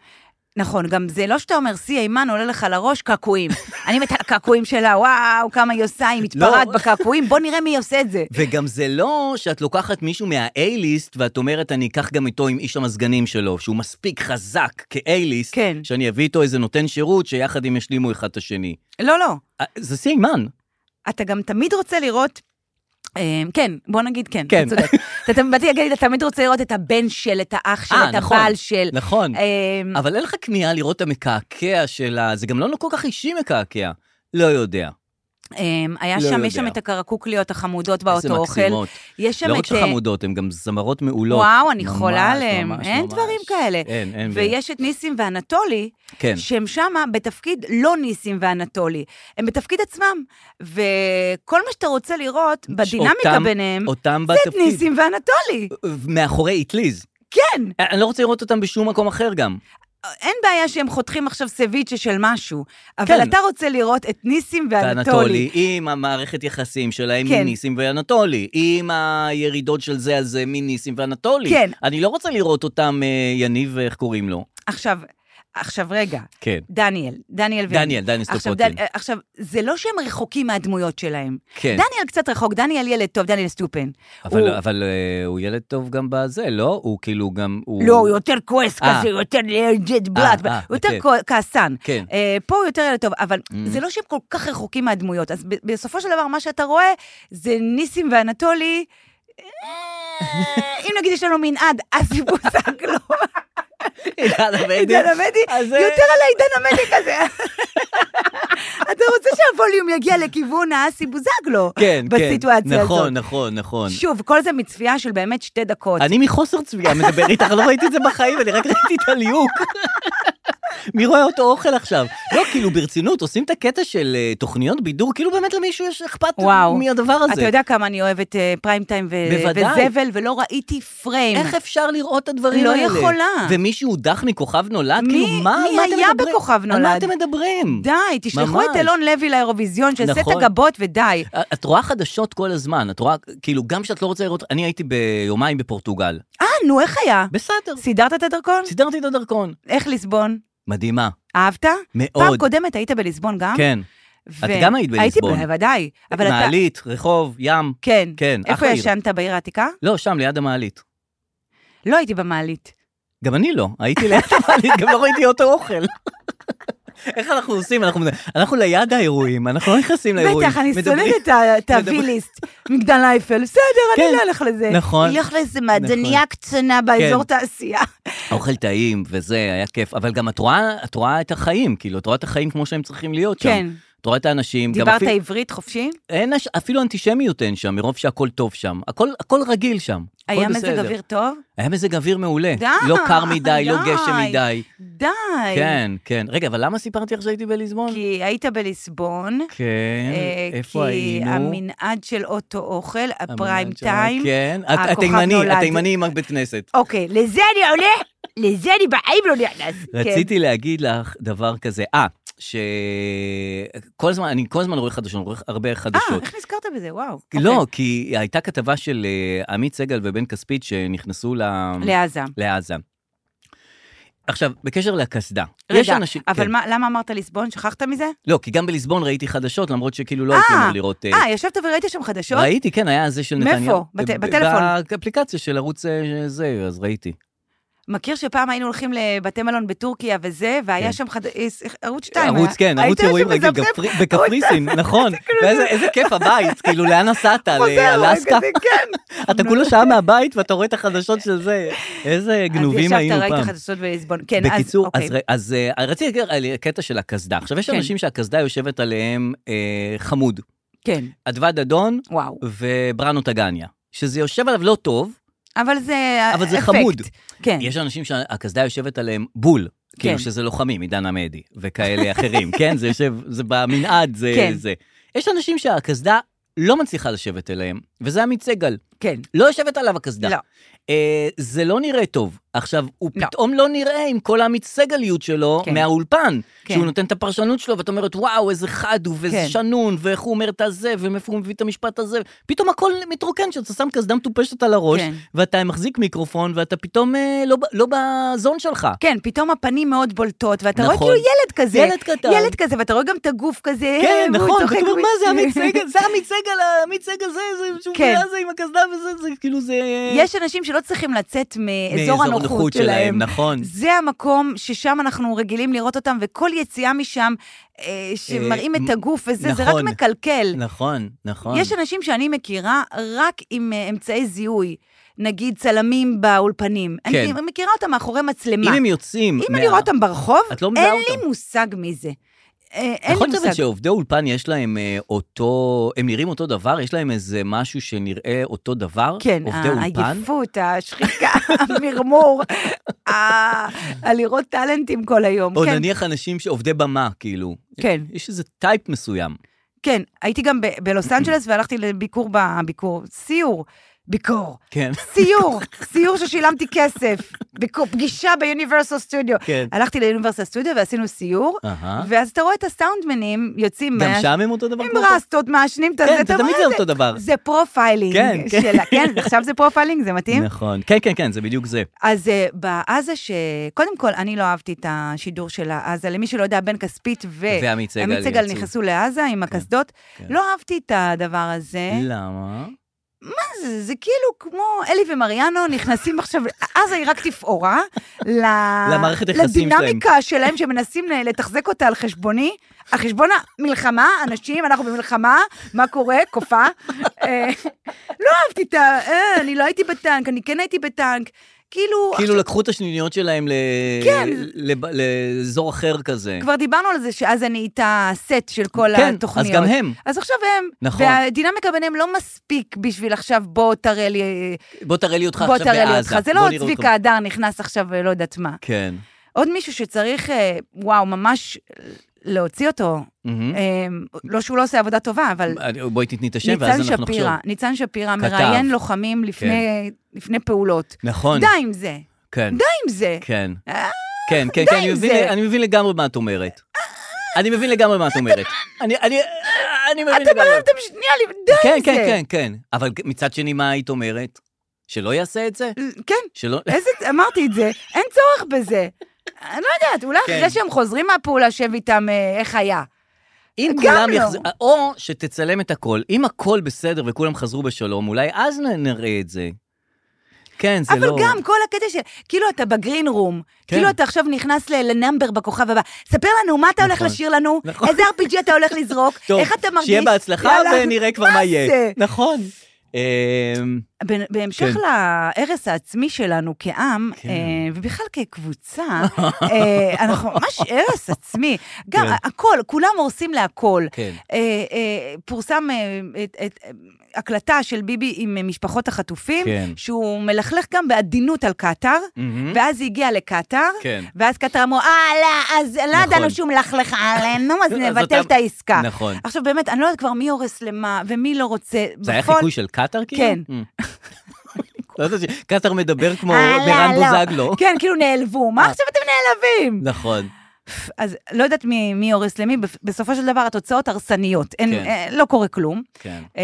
C: נכון, גם זה לא שאתה אומר, סי הימן עולה לך לראש קעקועים. אני מתה על הקעקועים שלה, וואו, כמה היא עושה, היא מתפרעת
B: לא.
C: בקעקועים, בוא נראה מי עושה את זה.
B: וגם זה לא שאת לוקחת מישהו מה-A-ליסט ואת אומרת, אני אקח גם איתו עם איש המזגנים שלו, שהוא מספיק חזק כ-A-ליסט,
C: כן.
B: שאני אביא איתו איזה נותן שירות שיחד הם ישלימו אחד את השני.
C: לא, לא.
B: אה, זה שיא אימן.
C: אתה גם תמיד רוצה לראות... אמ, כן, בוא נגיד כן,
B: כן.
C: אתה צודק. אתה תמיד- באתי להגיד, אתה תמיד רוצה לראות את הבן של, את האח של,
B: אה,
C: את
B: נכון,
C: הבעל של.
B: נכון.
C: אמ,
B: אבל אין לך כמיהה לראות את המקעקע שלה, זה גם לא כל כך אישי מקעקע. לא יודע.
C: אמ, היה
B: לא
C: שם,
B: יודע.
C: יש שם את הקרקוקליות החמודות
B: איזה
C: באותו אוכל.
B: מקסימות.
C: יש שם
B: לא רק
C: את... אה,
B: שחמודות, הן גם זמרות מעולות.
C: וואו, אני
B: ממש,
C: חולה עליהם.
B: ממש,
C: אין
B: ממש.
C: דברים כאלה.
B: אין, אין.
C: ויש את ניסים ואנטולי,
B: כן.
C: שהם שמה בתפקיד לא ניסים ואנטולי, הם בתפקיד עצמם. וכל מה שאתה רוצה לראות בדינמיקה
B: אותם-
C: ביניהם,
B: אותם
C: זה את
B: בתפקיד. אה,
C: ניסים ואנטולי.
B: מאחורי איטליז.
C: כן,
B: אני לא רוצה לראות אותם בשום מקום אחר גם.
C: אין בעיה שהם חותכים עכשיו סביצ'ה של משהו, אבל
B: כן.
C: אתה רוצה לראות את ניסים ואנטולי.
B: ואנטולי, עם המערכת יחסים שלהם
C: כן.
B: מניסים ואנטולי, עם הירידות של זה על זה מניסים ואנטולי.
C: כן.
B: אני לא רוצה לראות אותם, אה, יניב, איך קוראים לו.
C: עכשיו, עכשיו רגע,
B: כן.
C: דניאל, דניאל ואני.
B: דניאל, דניאל
C: עכשיו,
B: סטופוטין.
C: דני- עכשיו, זה לא שהם רחוקים מהדמויות שלהם.
B: כן.
C: דניאל קצת רחוק, דניאל ילד טוב, דניאל סטופן.
B: אבל,
C: הוא-
B: הוא... אבל אה, הוא ילד טוב גם בזה, לא? הוא כאילו גם... הוא...
C: לא, הוא יותר כועס
B: אה.
C: כזה, יותר ג'ט בלאט,
B: אה,
C: הוא יותר
B: כן.
C: כוע- כעסן.
B: כן. Mm.
C: אה, פה הוא יותר ילד טוב, אבל זה לא שהם כל כך רחוקים מהדמויות. אז ב- בסופו של דבר, מה שאתה רואה זה ניסים ואנטולי. אה, אם נגיד יש לנו מנעד, אסי בוזגלו,
B: עידן עבדי.
C: עידן עמדי,
B: אז, אה,
C: לא, יותר על העידן עמדי כזה. אתה רוצה שהווליום יגיע לכיוון האסי בוזגלו,
B: כן, כן.
C: בסיטואציה הזאת.
B: נכון, נכון, נכון.
C: שוב, כל זה מצפייה של באמת שתי דקות.
B: אני מחוסר צביעה מדבר איתך, לא ראיתי את זה בחיים, אני רק ראיתי את הליהוק. מי רואה אותו אוכל עכשיו? לא, כאילו, ברצינות, עושים את הקטע של אה, תוכניות בידור, כאילו באמת למישהו יש אכפת
C: וואו.
B: מהדבר הזה.
C: אתה יודע כמה אני אוהבת אה, פריים טיים ו-
B: בוודאי.
C: וזבל, ולא ראיתי פריים.
B: איך אפשר לראות את הדברים
C: לא
B: האלה?
C: יכולה.
B: ומישהו הודח מכוכב נולד?
C: מי-
B: כאילו, מה
C: מי
B: על מה אתם
C: היה
B: מדברים?
C: בכוכב
B: על מה
C: נולד?
B: אתם מדברים?
C: די, תשלחו
B: ממש.
C: את אלון לוי לאירוויזיון, שיעשה את
B: נכון.
C: הגבות ודי.
B: את רואה חדשות כל הזמן, את רואה, כאילו, גם כשאת לא רוצה לראות, אני הייתי ביומיים בפורטוגל.
C: אה, נו, איך היה?
B: בסדר,
C: סידרת את הדרכון?
B: סידרתי את הדרכון.
C: איך ליסבון?
B: מדהימה,
C: אהבת? פעם
B: מאוד.
C: קודמת היית בליסבון גם?
B: כן.
C: ו-
B: את גם היית בליסבון.
C: הייתי, בוודאי. אה, אבל אתה...
B: מעלית, רחוב, ים.
C: כן.
B: כן,
C: איפה
B: אחלה עיר.
C: ישנת בעיר העתיקה?
B: לא, שם, ליד המעלית.
C: לא הייתי במעלית.
B: גם אני לא, הייתי ליד המעלית, גם לא ראיתי אותו אוכל. איך אנחנו עושים? אנחנו, אנחנו ליד האירועים, אנחנו לא נכנסים לאירועים.
C: בטח, אני
B: מדברים-
C: שונאת את ה- את
B: מדברים-
C: הוויליסט, מגדל אייפל, בסדר, אני
B: כן,
C: לא אלך לזה.
B: נכון.
C: אלך לאיזה מעדניה
B: נכון.
C: קטנה באזור תעשייה.
B: האוכל טעים וזה, היה כיף, אבל גם את רואה, את רואה את החיים, כאילו, את רואה את החיים כמו שהם צריכים להיות שם.
C: כן.
B: את רואה את האנשים. גם
C: דיברת
B: אפילו-
C: עברית חופשי?
B: אין, הש- אפילו אנטישמיות אין שם, מרוב שהכל טוב שם. הכל, הכל רגיל שם. הכל
C: היה
B: בסדר.
C: מזג אוויר טוב?
B: היה מזג אוויר מעולה.
C: די,
B: לא קר מדי, לא
C: די.
B: גשם מדי.
C: די.
B: כן, כן. רגע, אבל למה סיפרתי לך שהייתי בליסבון?
C: כי היית בליסבון.
B: כן,
C: אה,
B: איפה
C: כי
B: היינו?
C: המנעד של אוטו אוכל,
B: המנהל
C: הפריים
B: שלנו,
C: טיים,
B: כן, הת-
C: הכוכב
B: התימני,
C: נולד.
B: התימני עם הבית כנסת.
C: אוקיי, לזה אני הולך, לזה אני בחיים לא נכנס.
B: רציתי להגיד לך דבר כזה, אה, שכל הזמן, אני כל הזמן רואה חדשות, רואה הרבה
C: כן.
B: חדשות.
C: אה, איך נזכרת בזה? וואו.
B: לא,
C: אוקיי.
B: כי הייתה כתבה של אה, עמית סגל ובן כספית שנכנסו ל-
C: אוקיי. לעזה.
B: לעזה. עכשיו, בקשר לקסדה, יש
C: רגע,
B: אנשים...
C: אבל
B: כן.
C: מה- למה אמרת ליסבון? שכחת מזה?
B: לא, כי גם בליסבון ראיתי חדשות, למרות שכאילו לא הייתי
C: אה,
B: אמור לראות... אה,
C: אה, ישבת וראית שם חדשות?
B: ראיתי, כן, היה זה של
C: מאיפה?
B: נתניהו.
C: בת-
B: אה, ב-
C: בטלפון.
B: באפליקציה של ערוץ אה, זה, אז ראיתי.
C: מכיר שפעם היינו הולכים לבתי מלון בטורקיה וזה,
B: כן.
C: והיה שם חד... אה, ס- ערוץ אה, 2.
B: ערוץ, כן, ערוץ אירועים רגיל, גפרי- בקפריסין, נכון.
C: כאילו
B: ואיזה איזה כיף הבית, כאילו, לאן נסעת? לאלסקה?
C: כן.
B: אתה כולה שעה מהבית ואתה רואה את החדשות של זה. איזה גנובים היינו
C: אז ישבת, ראית
B: פעם.
C: חדשות בליסבון. כן, אז...
B: בקיצור, אז
C: אוקיי.
B: ר- אז אה, רציתי להגיד על הקטע של הקסדה. עכשיו, יש
C: כן.
B: אנשים שהקסדה יושבת עליהם אה, חמוד.
C: כן,
B: אדווה דדון
C: וואו.
B: ובראנו טגניה. שזה יושב עליו לא טוב,
C: אבל זה...
B: אבל זה
C: אה, אפקט.
B: חמוד.
C: כן.
B: יש אנשים שהקסדה יושבת עליהם בול. כאילו
C: כן.
B: שזה לוחמים, עידן עמדי, וכאלה אחרים, כן? זה יושב, זה במנעד, זה...
C: כן.
B: זה. יש אנשים שהקסדה לא מצליחה לשבת אליהם, וזה עמית סגל.
C: כן.
B: לא יושבת עליו הקסדה.
C: לא.
B: אה, זה לא נראה טוב. עכשיו, הוא
C: לא.
B: פתאום לא נראה עם כל העמית סגליות שלו
C: כן.
B: מהאולפן.
C: כן.
B: שהוא נותן את הפרשנות שלו, ואת אומרת, וואו, איזה חד הוא, ואיזה
C: כן.
B: שנון, ואיך הוא אומר את הזה, ומאיפה הוא מביא את המשפט הזה. פתאום הכל מתרוקן, שאתה שם קסדה מטופשת על הראש,
C: כן.
B: ואתה מחזיק מיקרופון, ואתה פתאום אה, לא, ב- לא בזון שלך.
C: כן, פתאום הפנים מאוד בולטות, ואתה רואה
B: נכון.
C: כאילו ילד כזה.
B: ילד קטן.
C: ילד כזה, ואתה רואה גם את הגוף כזה.
B: כן,
C: והוא
B: נכון,
C: צוחק
B: ואתה אומר,
C: ו-
B: מה זה עמית סגל? זה עמית סגל, עמית סגל זה, זה, שהוא
C: כן.
B: בעזה עם הקסדה וזה, זה כאילו זה...
C: יש אנשים שלא צריכים לצאת מאזור הנוחות שלהם.
B: נכון.
C: זה המקום ששם אנחנו רגילים לראות אותם, וכל יציאה משם, אה, שמראים
B: אה,
C: את הגוף וזה, זה רק
B: נכון.
C: מקלקל.
B: נכון, נכון.
C: יש אנשים שאני מכירה רק עם אה, אמצעי זיהוי, נגיד צלמים באולפנים.
B: כן.
C: אני מכירה אותם מאחורי מצלמה.
B: אם הם יוצאים...
C: אם אני רואה אותם ברחוב,
B: את לא מזהה
C: אין
B: אותם.
C: לי מושג מי זה. אה, אין לי
B: נכון אבל
C: מושג.
B: שעובדי אולפן יש להם אה, אותו, הם נראים אותו דבר? יש להם איזה משהו שנראה אותו דבר?
C: כן,
B: עובדי אולפן?
C: העייפות, השחיקה, המרמור, ה- הלראות טאלנטים כל היום.
B: או
C: כן,
B: נניח אנשים שעובדי במה, כאילו.
C: כן.
B: יש איזה טייפ מסוים.
C: כן. הייתי גם ב- בלוס אנג'לס והלכתי לביקור, ב- ביקור, סיור, ביקור.
B: כן.
C: סיור, סיור ששילמתי כסף, ביקור- פגישה ביוניברסל סטודיו.
B: כן.
C: הלכתי ליוניברסל סטודיו ועשינו סיור,
B: אהה.
C: ואז אתה רואה את הסאונדמנים יוצאים
B: גם
C: מה-
B: שם הם אותו דבר?
C: עם
B: כמו פה?
C: רסטות, מעשנים את הזה,
B: כן, זה
C: אתה רואה
B: תמיד
C: את
B: זה אותו דבר.
C: זה פרופיילינג.
B: כן, כן.
C: של ה- כן, עכשיו זה פרופיילינג, זה מתאים?
B: נכון. כן, כן, כן, זה בדיוק זה.
C: אז אה, בעזה, שקודם כל, אני לא אהבתי את השידור של העזה. למי שלא יודע, בן כספית ו...
B: ועמית סגל
C: עמית סגל
B: יצאו.
C: נכנסו לעזה עם הקסדות.
B: כן. לא.
C: לא אהבתי את הדבר הזה.
B: למה?
C: זה, זה כאילו כמו אלי ומריאנו נכנסים עכשיו, עזה היא רק תפאורה. ל...
B: למערכת היחסים שלהם.
C: לדינמיקה שלהם, שמנסים ל- לתחזק אותה על חשבוני, על חשבון המלחמה, אנשים, אנחנו במלחמה, מה קורה? קופה. אה, לא אהבתי את ה... אה, אני לא הייתי בטנק, אני כן הייתי בטנק. כאילו,
B: כאילו לקחו את השניות שלהם ל-
C: כן.
B: לב- לאזור אחר כזה.
C: כבר דיברנו על זה שעזה נהייתה סט של כל
B: כן,
C: התוכניות.
B: אז גם הם.
C: אז עכשיו הם.
B: נכון.
C: והדינמיקה ביניהם לא מספיק בשביל עכשיו בוא תראה לי,
B: בוא תראה לי אותך
C: בוא
B: עכשיו בעזה.
C: תראה לי אותך. זה לא
B: בוא נראה אותך.
C: צביקה הדר נכנס עכשיו ולא יודעת מה.
B: כן.
C: עוד מישהו שצריך, אה, וואו, ממש להוציא אותו.
B: מהמם.
C: אה, לא שהוא לא עושה עבודה טובה, אבל
B: בואי תתני את השם, ואז
C: ניצן
B: אנחנו נחשוב.
C: שפירא, ניצן שפירא
B: כתב. כן.
C: מראיין לוחמים לפני- לפני פעולות.
B: נכון.
C: די עם זה,
B: כן.
C: די עם זה.
B: כן.
C: אה,
B: כן, כן,
C: די
B: כן,
C: עם
B: אני מבין,
C: זה.
B: אני מבין לגמרי מה את אומרת. אני מבין לגמרי מה את אומרת. אני, אני, אני מבין
C: אתה
B: לגמרי.
C: אומר, אתם שנייה, לי- די
B: כן,
C: עם זה.
B: כן, כן, כן. אבל מצד שני, מה היית אומרת? שלא יעשה את זה?
C: כן,
B: שלא...
C: איזה, אמרתי את זה, אין צורך בזה. אני לא יודעת, אולי
B: כן.
C: אחרי שהם חוזרים מהפעולה, שב איתם אה, איך היה.
B: אם
C: גם
B: כולם
C: לא.
B: יחזרו... או שתצלם את הכל. אם הכל בסדר וכולם חזרו בשלום, אולי אז נ- נראה את זה. כן, זה
C: אבל
B: לא...
C: גם כל הקטע של, כאילו אתה בגרין רום,
B: כן.
C: כאילו אתה עכשיו נכנס ל- לנאמבר בכוכב הבא. ספר לנו, מה אתה הולך
B: נכון,
C: לשיר לנו?
B: נכון.
C: איזה RPG אתה הולך לזרוק?
B: טוב,
C: איך אתה מרגיש?
B: שיהיה בהצלחה
C: יאללה,
B: ונראה כבר מה יהיה.
C: זה? אה,
B: נכון. אמ,
C: ב- בהמשך
B: כן.
C: להרס העצמי שלנו כעם,
B: כן.
C: אה, ובכלל כקבוצה, אה, אנחנו ממש הרס עצמי. גם
B: כן.
C: הכל, כולם הורסים להכל.
B: כן.
C: אה, אה, פורסם אה, את- את- הקלטה של ביבי עם משפחות החטופים,
B: כן.
C: שהוא מלכלך גם בעדינות על קטאר,
B: מהמם.
C: ואז היא הגיעה לקטאר,
B: כן.
C: ואז קטאר אמרו, אה, לא, אז לא
B: נכון.
C: ידענו שהוא מלכלך עלינו, אז
B: אז
C: נבטל
B: אותם-
C: את העסקה.
B: נכון.
C: עכשיו, באמת, אני לא יודעת כבר מי הורס למה, ומי לא רוצה.
B: זה היה
C: בפועל-
B: חיקוי של קטר כאילו?
C: כן.
B: Mm. לא ידעתי ש- קטר מדבר כמו אה.
C: אה, לא,
B: ברן
C: לא.
B: בוזגלו.
C: כן, כאילו נעלבו, מה עכשיו אתם נעלבים?
B: נכון.
C: אז לא יודעת מי מי הורס למי, בפ- בסופו של דבר התוצאות הרסניות, אין-
B: כן.
C: אה, לא קורה כלום.
B: כן.
C: אה,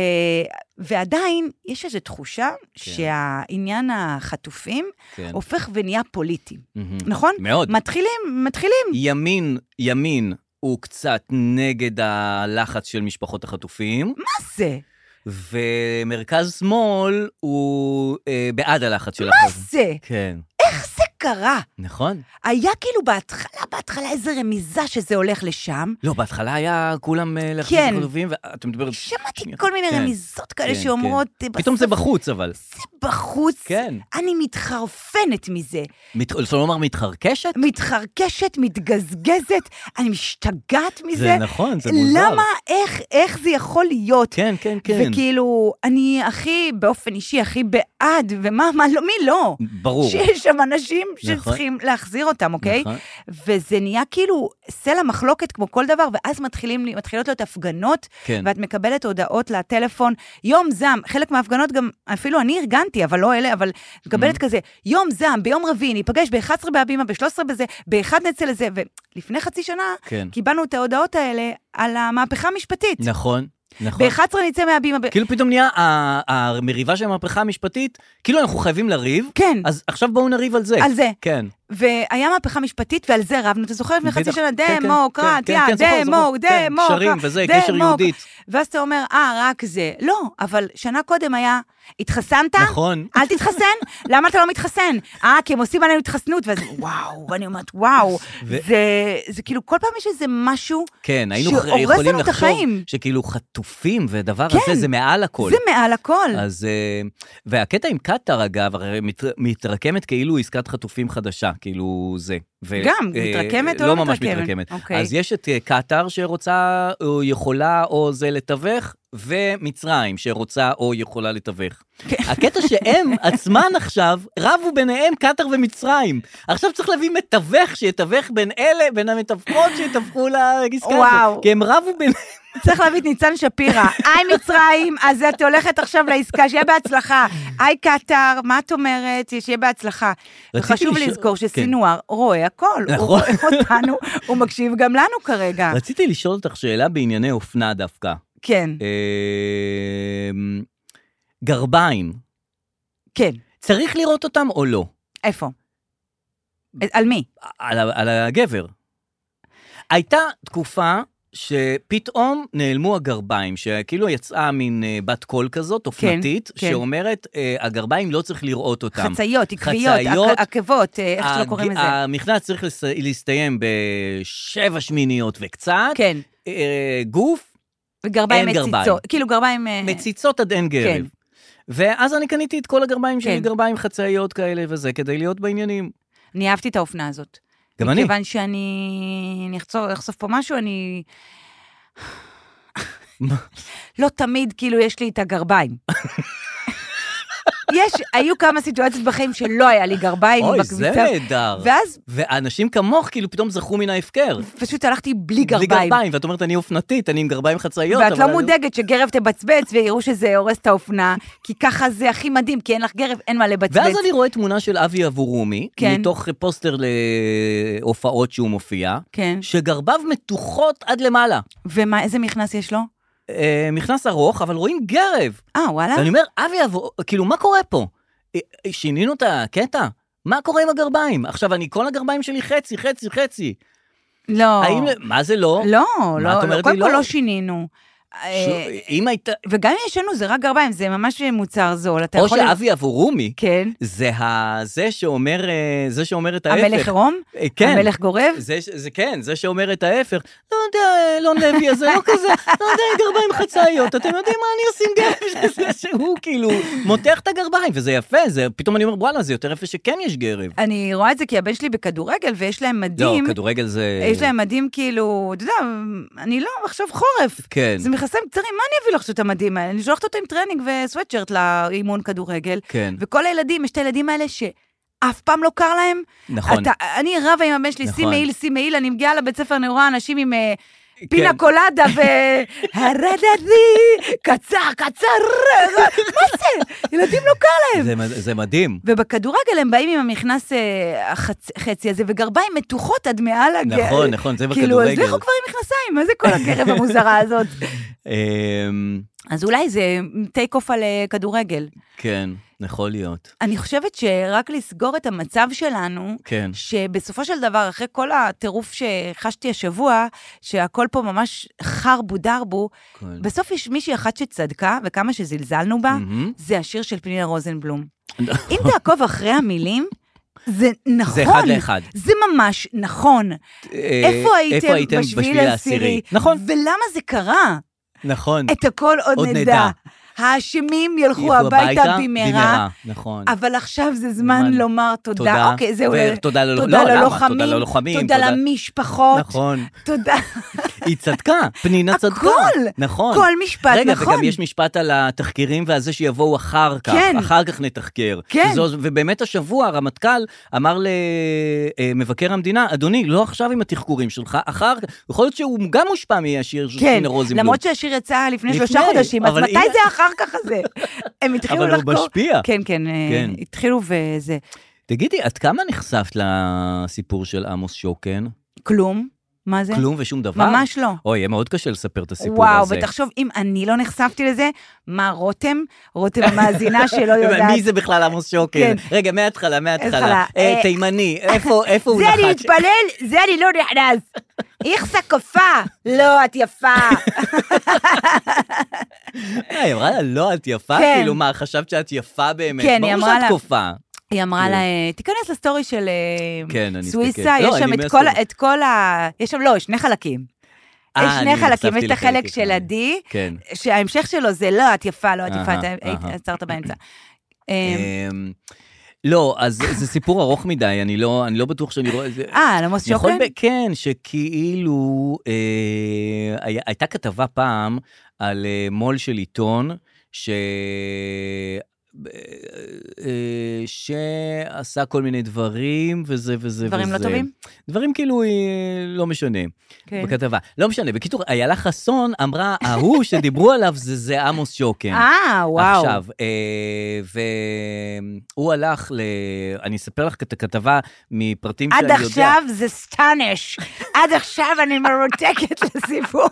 C: ועדיין, יש איזו תחושה שהעניין החטופים
B: כן.
C: הופך ונהיה פוליטי,
B: מהמם.
C: נכון?
B: מאוד.
C: מתחילים, מתחילים.
B: ימין, ימין הוא קצת נגד הלחץ של משפחות החטופים,
C: מה זה?
B: כן. ומרכז שמאל הוא אה, בעד הלחץ של החטופים.
C: זה?
B: כן.
C: איך זה קרה?
B: נכון.
C: היה כאילו בהתחלה, בהתחלה איזה רמיזה שזה הולך לשם.
B: לא, בהתחלה היה כולם אה, לחצים
C: כן.
B: חטופים, ואתה מדבר...
C: שמעתי
B: שנייה.
C: כל מיני
B: כן.
C: רמיזות כאלה
B: כן,
C: שאומרות...
B: כן. פתאום זה
C: "בסוף
B: בחוץ, אבל.
C: זה בחוץ.
B: כן.
C: אני מתחרפנת מזה.
B: מת- לא לומר מתחרקשת?
C: מתחרקשת, מתגזגזת, אני משתגעת מזה.
B: זה נכון, זה מוזר.
C: למה, איך, איך זה יכול להיות?
B: כן, כן, כן.
C: וכאילו, אני הכי, באופן אישי, הכי בעד, ומה, מה, לא, מי לא?
B: ברור.
C: שיש שם אנשים
B: נכון.
C: שצריכים להחזיר אותם, אוקיי?
B: נכון.
C: וזה נהיה כאילו סלע מחלוקת כמו כל דבר, ואז מתחילים, לי- מתחילות להיות הפגנות,
B: כן.
C: ואת מקבלת הודעות לטלפון, יום זעם, חלק מההפגנות גם, אפילו אני ארגנתי, אבל לא אלה, אבל מקבלת
B: Mm-hmm.
C: כזה, יום זעם, ביום רביעי, ניפגש ב-11 בהבימה, ב-13 בזה, ב-1 נצא לזה, ולפני חצי שנה
B: כן.
C: קיבלנו את ההודעות האלה על המהפכה המשפטית.
B: נכון, נכון.
C: ב-11 נצא מהבימה, ב-
B: כאילו פתאום נהיה ה- המריבה של המהפכה המשפטית, כאילו אנחנו חייבים לריב,
C: כן,
B: אז עכשיו בואו נריב על זה.
C: על זה.
B: כן.
C: והיה מהפכה משפטית, ועל זה רבנו, אתה זוכר לפני חצי
B: בטח.
C: שנה,
B: כן, כן, כן,
C: דמוקרטיה,
B: כן, זוכר,
C: דמוק,
B: זוכר. כן,
C: דמוק,
B: קשרים וזה, קשר
C: דמוק.
B: יהודית.
C: ואז אתה אומר, אה, רק זה. לא, אבל שנה קודם היה, התחסנת?
B: נכון.
C: אל תתחסן? למה אתה לא מתחסן? אה, כי הם עושים עלינו התחסנות, ואז וואו, ואני אומרת, וואו.
B: ו-
C: זה, זה כאילו, כל פעם יש איזה משהו,
B: כן, היינו
C: שהורס לנו
B: יכולים
C: את
B: לחשוב
C: החיים.
B: שכאילו חטופים ודבר
C: כן.
B: הזה, זה מעל הכל.
C: זה מעל הכל.
B: אז, אה, והקטע עם קטאר, אגב, הרי מת, מתרקמת כאילו עסקת חטופים חדשה, כאילו זה. ו,
C: גם, מתרקמת או לא
B: לא ממש
C: מתרקמת?
B: מתרקמת.
C: אוקיי.
B: אז יש את אה, קטאר שרוצה אה, או יכולה או זה לתווך, ומצרים שרוצה או יכולה לתווך.
C: כן.
B: הקטע שהם עצמן עכשיו רבו ביניהם קטאר ומצרים. עכשיו צריך להביא מתווך שיתווך בין אלה, בין המתווכות שיתווכו לעסקה
C: וואו.
B: הזאת. כי הם רבו ביניהם.
C: צריך להביא את ניצן שפירא. היי מצרים, אז את הולכת עכשיו לעסקה, שיהיה בהצלחה. היי קטר, מה את אומרת? שיהיה בהצלחה.
B: רציתי
C: וחשוב
B: לשאול-
C: לזכור
B: כן.
C: שסינואר רואה הכל. הוא
B: נכון.
C: רואה אותנו, הוא מקשיב גם לנו כרגע.
B: רציתי לשאול אותך שאלה בענייני אופנה דווקא.
C: כן,
B: אמ, גרביים,
C: כן.
B: צריך לראות אותם או לא?
C: איפה?
B: אה.
C: על מי?
B: על, ה- על הגבר. הייתה תקופה שפתאום נעלמו הגרביים, שכאילו יצאה מין אה, בת קול כזאת, אופנתית,
C: כן.
B: שאומרת, אה, הגרביים לא צריך לראות אותם.
C: חציות, עקביות,
B: חצאיות.
C: עק- עקבות, אה, איך שלא קוראים
B: הג-
C: לזה.
B: המכנס צריך לס... להסתיים בשבע שמיניות וקצת,
C: כן,
B: אה, גוף,
C: וגרביים
B: אין גרביים.
C: מציצות. כאילו גרביים... אה,
B: מציצות עד אין גרב.
C: כן.
B: ואז אני קניתי את כל הגרביים שלי,
C: כן.
B: גרביים חצאיות כאלה וזה, כדי להיות בעניינים.
C: אני אהבתי את האופנה הזאת.
B: גם אני.
C: מכיוון שאני... אני אחצור- אחשוף פה משהו, אני...
B: מה?
C: לא תמיד, כאילו, יש לי את הגרביים. יש, היו כמה סיטואציות בחיים שלא היה לי גרביים
B: אוי,
C: בכביסה.
B: זה נהדר.
C: ואז
B: ואנשים כמוך כאילו פתאום זכו מן ההפקר.
C: פשוט הלכתי בלי גרביים.
B: בלי גרביים, ואת אומרת, אני אופנתית, אני עם גרביים חצאיות.
C: ואת
B: אבל
C: לא
B: אני-
C: מודאגת שגרב תבצבץ ויראו שזה הורס את האופנה, כי ככה זה הכי מדהים, כי אין לך גרב, אין מה לבצבץ.
B: ואז אני רואה תמונה של אבי אבורומי,
C: כן.
B: מתוך פוסטר להופעות שהוא מופיע,
C: כן.
B: שגרביו מתוחות עד למעלה.
C: ומה, איזה מכנס יש לו?
B: אה, מכנס ארוך, אבל רואים גרב.
C: אה, וואלה?
B: ואני אומר, אבי אבור... כאילו, מה קורה פה? אה, אה, שינינו את הקטע? מה קורה עם הגרביים? עכשיו, אני, כל הגרביים שלי חצי, חצי, חצי.
C: לא.
B: האם... מה זה לא?
C: לא,
B: מה
C: לא,
B: את
C: לא,
B: אומרת
C: קודם
B: לי
C: כל
B: לא?
C: לא שינינו. אה,
B: אם הייתה...
C: וגם אם ישנו זה רק גרביים, זה ממש מוצר זול. אתה
B: או
C: יכול-
B: שאבי אבורומי,
C: כן.
B: זה ה- זה שאומר אה, זה שאומר את ההפך.
C: המלך עירום?
B: אה, כן.
C: המלך גורב?
B: זה, ש- זה כן, זה שאומר את ההפך. לא יודע, אלון לוי הזה, לא כזה, לא יודע, גרביים חצאיות, אתם יודעים מה, אני אשים גרב שזה שהוא כאילו מותח את הגרביים, וזה יפה, זה, פתאום אני אומר, וואלה, זה יותר יפה שכן יש גרב.
C: אני רואה את זה כי הבן שלי בכדורגל, ויש להם
B: לא,
C: מדים.
B: כדורגל זה...
C: יש להם מדים כאילו, אתה יודע, אני לא, עכשיו חורף.
B: כן.
C: זה מכסים קצרים, מה אני אביא לך את המדים האלה? אני שולחת אותו עם טרנינג וסוואטשרט לאימון כדורגל.
B: כן.
C: וכל הילדים, יש את הילדים האלה ש... אף פעם לא קר להם.
B: נכון.
C: אתה, אני רבה עם הבן שלי,
B: נכון.
C: שיא מעיל, שיא מעיל, אני מגיעה לבית ספר, אני רואה אנשים עם אה,
B: כן.
C: פינה קולדה ו... הרדדי, קצר, קצר, מה זה? ילדים לא קר להם.
B: זה, מד- זה
C: כן.
B: מדהים.
C: ובכדורגל הם באים עם המכנס אה, החצ- חצי הזה, וגרביים מתוחות עד מעל הגר.
B: נכון, נכון, זה
C: כאילו, אז
B: בכדורגל.
C: לכו כבר עם מכנסיים, מה זה כל הקרב המוזרה הזאת?
B: אמ,
C: אז אולי זה טייק אוף על אה, כדורגל.
B: כן, יכול להיות.
C: אני חושבת שרק לסגור את המצב שלנו,
B: כן.
C: שבסופו של דבר, אחרי כל הטירוף שחשתי השבוע, שהכל פה ממש חרבו דרבו,
B: כן.
C: בסוף יש מישהי אחת שצדקה, וכמה שזלזלנו בה,
B: מהמם. נכון.
C: זה השיר של פנינה רוזנבלום. אם תעקוב אחרי המילים, זה נכון.
B: אחד לאחד.
C: זה ממש נכון.
B: אה,
C: איפה הייתם, בשביל העשירי?
B: נכון,
C: ולמה זה קרה?
B: נכון.
C: את הכל עוד
B: עוד
C: נדע.
B: נדע.
C: האשמים ילכו הביתה במהרה.
B: נכון.
C: אבל עכשיו זה זמן
B: זמן.
C: לומר תודה.
B: תודה.
C: אוקיי, זהו.
B: ותודה ללוח-
C: תודה
B: לא, למה?
C: ללוחמים.
B: תודה ללוחמים,
C: תודה
B: תודה-
C: למשפחות.
B: נכון.
C: תודה.
B: היא צדקה, פנינה צדקה.
C: הכל.
B: נכון.
C: כל משפט
B: רגע,
C: נכון.
B: וגם יש משפט על התחקירים ועל זה שיבואו אחר כך.
C: כן.
B: אחר כך נתחקר.
C: כן.
B: זו, ובאמת השבוע הרמטכ"ל אמר למבקר המדינה, אדוני, לא עכשיו עם התחקורים שלך, אחר כך. יכול להיות שהוא גם מושפע מהשיר של
C: כן,
B: פנינה רוזנבלום.
C: למרות שהשיר יצא לפני
B: לפני,
C: שלושה חודשים, אז
B: אבל
C: מתי
B: הנה-
C: זה אחר כך הזה? הם התחילו
B: אבל הוא
C: לחקור.
B: משפיע.
C: כן, כן, אה,
B: כן.
C: התחילו וזה.
B: תגידי, עד כמה נחשפת לסיפור של עמוס שוקן?
C: כלום? מה זה?
B: כלום ושום דבר?
C: ממש לא.
B: אוי, יהיה מאוד קשה לספר את הסיפור
C: וואו,
B: הזה.
C: ותחשוב, אם אני לא נחשפתי לזה, מה רותם? רותם המאזינה שלא יודעת.
B: מי זה בכלל עמוס שוקן?
C: כן.
B: רגע, מההתחלה,
C: מההתחלה.
B: מההתחלה. אה,
C: אה,
B: תימני, איפה איפה הוא
C: זה אני
B: נחת?
C: מתפלל, זה אני לא נכנס. איכסה קפה. לא, את יפה.
B: אה, היא אמרה לה, לא, את יפה?
C: כן.
B: כאילו, מה, חשבת שאת יפה באמת?
C: כן, היא אמרה
B: ברור
C: לה-
B: שאת כופה.
C: היא אמרה
B: כן.
C: לה, אה, תיכנס לסטורי של אה,
B: כן, אני
C: סוויסה,
B: אסתכל. לא,
C: יש שם
B: אני
C: את כל ה-
B: מהסטורי.
C: את כל ה... יש שם, לא, יש שני חלקים.
B: אה,
C: יש שני
B: אני
C: חלקים, יש
B: נחשפתי
C: את החלק
B: לחלק
C: של
B: השני.
C: עדי,
B: כן.
C: שההמשך שלו זה לא, את יפה, לא, את יפה,
B: אהה,
C: אתה היית-
B: אהה.
C: עצרת באמצע. אה,
B: אמ, לא, אז זה סיפור ארוך מדי, אני לא אני לא בטוח שאני רואה... זה-
C: אה, על עמוס
B: יכול
C: שוקן?
B: ב- כן, שכאילו, אה, היה- הייתה כתבה פעם על אה, מו"ל של עיתון, ש... אה, אה, שעשה כל מיני דברים, וזה וזה
C: דברים
B: וזה.
C: לא טובים?
B: דברים כאילו, אה, לא משנה.
C: כן.
B: בכתבה. לא משנה, בקיצור, איילה חסון אמרה, ההוא שדיברו עליו זה, זה עמוס שוקן.
C: אה, וואו.
B: כן. עכשיו, אה, והוא הלך ל... אני אספר לך את הכתבה מפרטים שאני
C: עד
B: יודע.
C: עכשיו זה סטאנש. עד עכשיו אני מרותקת לסיפור.